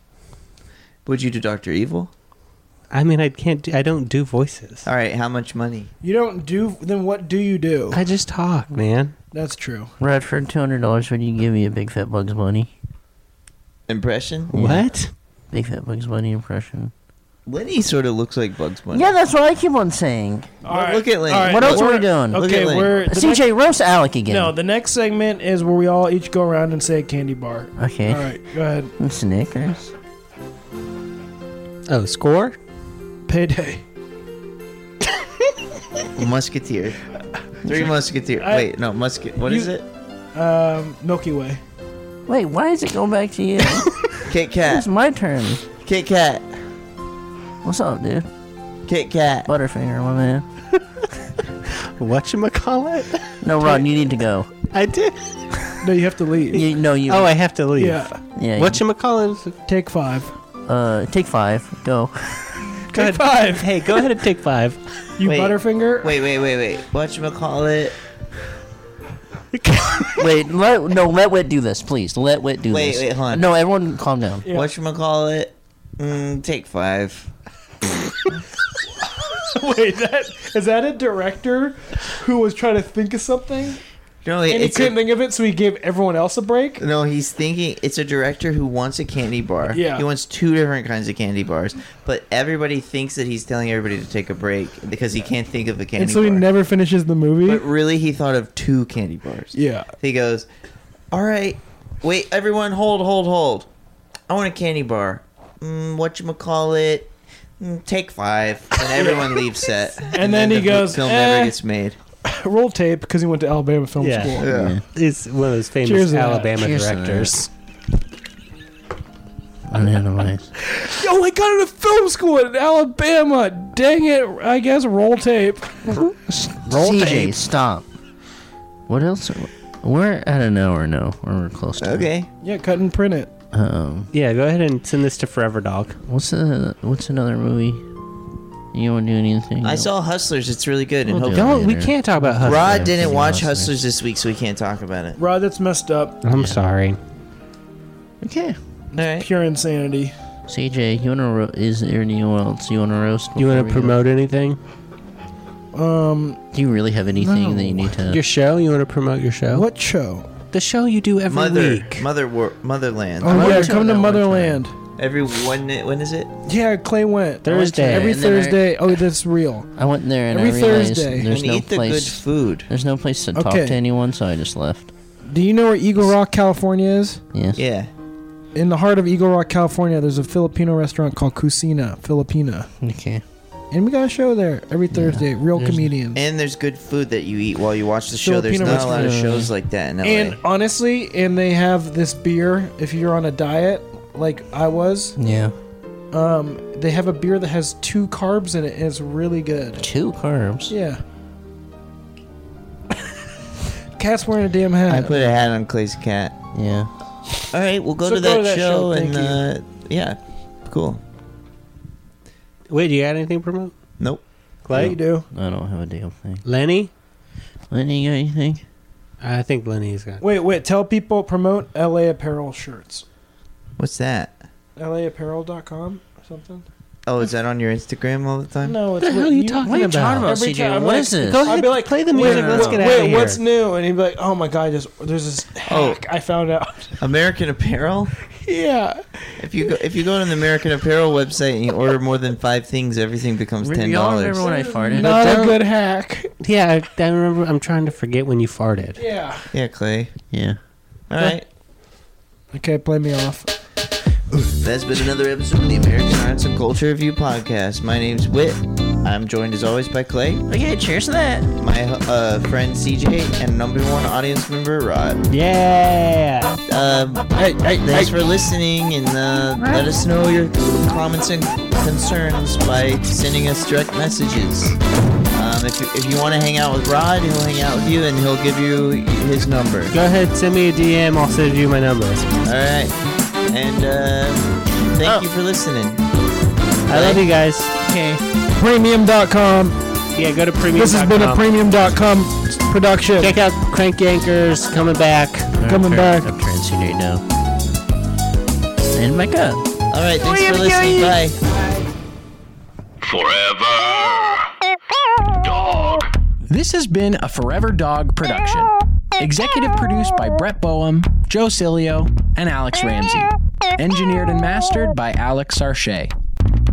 S3: Would you do Doctor Evil?
S4: I mean, I can't. Do, I don't do voices.
S3: All right, how much money?
S2: You don't do. Then what do you do?
S4: I just talk, man.
S2: That's true.
S5: Rod, for two hundred dollars, would you give me a big fat Bugs Bunny?
S3: Impression?
S4: What?
S5: Big fat Bugs Bunny impression.
S3: Lenny sort of looks like Bugs Bunny.
S5: Yeah, that's what I keep on saying.
S2: All right.
S3: Look at Link.
S2: All right.
S5: What else are
S2: we're-
S5: we doing?
S3: Look
S2: Okay,
S3: at Link.
S2: we're the next-
S5: CJ, roast Alec again.
S2: no. The next segment is where we all each go around and say a candy bar.
S5: okay.
S2: All right, go ahead.
S5: Snickers.
S4: Oh, score?
S2: Payday.
S3: Musketeer. Three Musketeer.
S2: I-
S3: Wait, no, Musket. What
S2: You-
S3: is it?
S2: Um, Milky Way.
S5: Wait, why is it going back to you?
S3: Kit
S5: it's
S3: Kat.
S5: my turn.
S3: Kit Kat.
S5: What's up, dude?
S3: Kit Kat.
S5: Butterfinger, my man.
S4: Whatchamacallit?
S5: No, Rod, you need to go.
S4: I did.
S2: No, you have to leave.
S5: You, no, you.
S4: Oh, I have to leave.
S2: Yeah.
S5: yeah. you-
S4: Whatchamacallit?
S2: Take five.
S5: Uh, take five. Go.
S4: Go ahead.
S2: five.
S4: Hey, go ahead and take five.
S2: You
S3: Wait.
S2: Butterfinger.
S3: Wait, wait, wait, wait. Whatchamacallit?
S5: Wait, let, no, let Wit do this, please. Let Wit do
S3: Wait,
S5: this.
S3: wait, hold on.
S5: No, everyone, calm down.
S2: Yeah.
S3: Whatchamacallit? Mm, take five.
S2: Wait, that is that a director who was trying to think of something
S3: No,
S2: and he
S3: it's a-
S2: couldn't think of it, so he gave everyone else a break.
S3: no, he's thinking it's a director who wants a candy bar.
S2: Yeah.
S3: He wants two different kinds of candy bars, but everybody thinks that he's telling everybody to take a break because he can't think of a candy
S2: And so he
S3: bar.
S2: never finishes the movie.
S3: but really, he thought of two candy bars.
S2: yeah.
S3: He goes, "All right, wait, everyone, hold, hold, hold. I want a candy bar. Mm, what you call it? Mm, take five. And everyone leaves set. And,
S2: then he
S3: the
S2: goes,
S3: film
S2: "Eh."
S3: never gets made.
S2: Roll tape because he went to Alabama Film
S4: Yeah.
S2: School.
S4: He's one of those famous
S2: Cheers to that.
S4: Alabama
S5: Cheers to that.
S4: directors.
S5: Anonymized.
S2: Yo, I got into film school in Alabama. Dang it! I guess roll tape.
S5: Roll CJ, stop. What else? We're at an hour now, or we're close to. it.
S3: Okay.
S2: Yeah, cut and print it.
S5: Um,
S4: Yeah, go ahead and send this to Forever Dog.
S5: what's the what's another movie? You want to do anything?
S3: I saw Hustlers. It's really good. And
S5: We'll
S3: hope
S5: do
S4: Don't we
S5: Later.
S4: can't talk about Hustlers.
S3: Rod didn't
S5: Yeah,
S3: watch
S5: Hustlers.
S3: Hustlers this week, so we can't talk about it.
S2: Rod, that's messed up.
S4: I'm sorry.
S5: Okay.
S3: All right.
S2: Pure insanity.
S5: CJ, you want to ro- is there anyone else you want to roast?
S4: You
S5: before
S4: want
S5: we
S4: to
S5: go?
S4: promote anything?
S2: Um,
S5: Do you really have anything
S2: No.
S5: that you need to?
S4: Your show? You want to promote your show?
S2: what show?
S4: The show you do every
S3: Mother,
S4: week.
S3: mother, wor- motherland.
S2: Oh
S5: wanna
S2: yeah,
S5: tell
S2: come
S5: that one
S2: to Motherland.
S3: Every when? When is it?
S2: Yeah, Clay went.
S4: Thursday.
S2: Every
S5: And then I-
S2: Thursday. Oh, that's real.
S5: I went there and
S2: Every
S5: I realized
S2: Thursday.
S5: there's
S3: and
S5: no
S3: eat the good
S5: place.
S3: food.
S5: There's no place to talk
S2: Okay.
S5: to anyone, so I just left.
S2: Do you know where Eagle Rock, California is?
S5: Yes.
S3: Yeah.
S2: In the heart of Eagle Rock, California, there's a Filipino restaurant called Cucina Filipina,
S5: Okay.
S2: and we got a show there every Thursday. Real
S5: There's-
S2: comedians. And,
S3: And there's good food that you eat while you watch the show. There's
S2: Filipino uh,
S3: not a lot of
S5: restaurant.
S3: shows like that in LA.
S2: honestly, and they have this beer. If you're on a diet like I was,
S5: Yeah.
S2: um, they have a beer that has two carbs in it, and it's really good.
S5: Two carbs.
S2: Yeah. Cat's wearing a damn
S3: I
S2: hat.
S3: put a hat on Clay's cat.
S5: Yeah.
S3: All right, we'll go
S2: So
S3: to
S2: go
S3: that,
S2: to that show,
S3: show,
S2: thank
S3: and
S2: you.
S3: uh, yeah, cool.
S4: Wait, do you got anything to promote?
S3: Nope.
S4: Clay?
S2: you do.
S5: I don't have a damn thing.
S4: Lenny?
S5: Lenny, you got anything?
S4: I think Lenny's got.
S2: Wait, wait. Tell people promote LA Apparel shirts.
S3: What's that?
S2: LAapparel.com or something.
S3: Oh, is that on your Instagram all the time?
S2: No, it's
S4: the hell are you talking
S5: What are you talking about,
S2: Every time
S5: CJ?
S2: I'm
S5: What
S2: like-
S5: is this?
S4: Go
S2: I'd
S4: ahead,
S2: be like,
S4: play the
S2: wait,
S4: music. Let's
S2: wait,
S4: get out of
S2: wait,
S4: here.
S2: what's new? And he'd be like, oh my god, just there's this
S3: Oh.
S2: hack I found out.
S3: American Apparel.
S2: yeah.
S3: If you go, if you go to the American Apparel website and you order more than five things, everything becomes ten
S5: Y'all
S3: dollars.
S5: remember when I farted?
S2: Not a
S4: don't-
S2: good hack.
S4: Yeah, I, I remember. I'm trying to forget when you farted.
S2: Yeah.
S3: Yeah, Clay.
S5: Yeah.
S3: All right.
S2: Okay, play me off.
S3: That's been another episode of the American Arts and Culture Review podcast. My name's Whit. I'm joined as always by Clay,
S5: Okay, Oh, cheers to that.
S3: my uh, friend CJ, and number one audience member Rod.
S4: Yeah. Um,
S3: Uh, thanks for listening, and uh, let us know your comments and concerns by sending us direct messages. Um, if, you, if you want to hang out with Rod, he'll hang out with you, and he'll give you his number.
S4: Go ahead, send me a DM. I'll send you my number.
S3: All right, and uh, thank you for listening.
S4: Oh. I love you guys.
S5: Okay.
S2: Premium.com.
S4: Yeah, go to premium.
S2: This has been a premium.com production.
S4: Check out Crank Yankers coming back.
S2: Coming back.
S5: I'm transcending now. And back up.
S3: All right, thanks for listening. Bye.
S1: Forever. Dog.
S6: This has been a Forever Dog production. Executive produced by Brett Boehm, Joe Cilio, and Alex Ramsey. Engineered and mastered by Alex Sarche.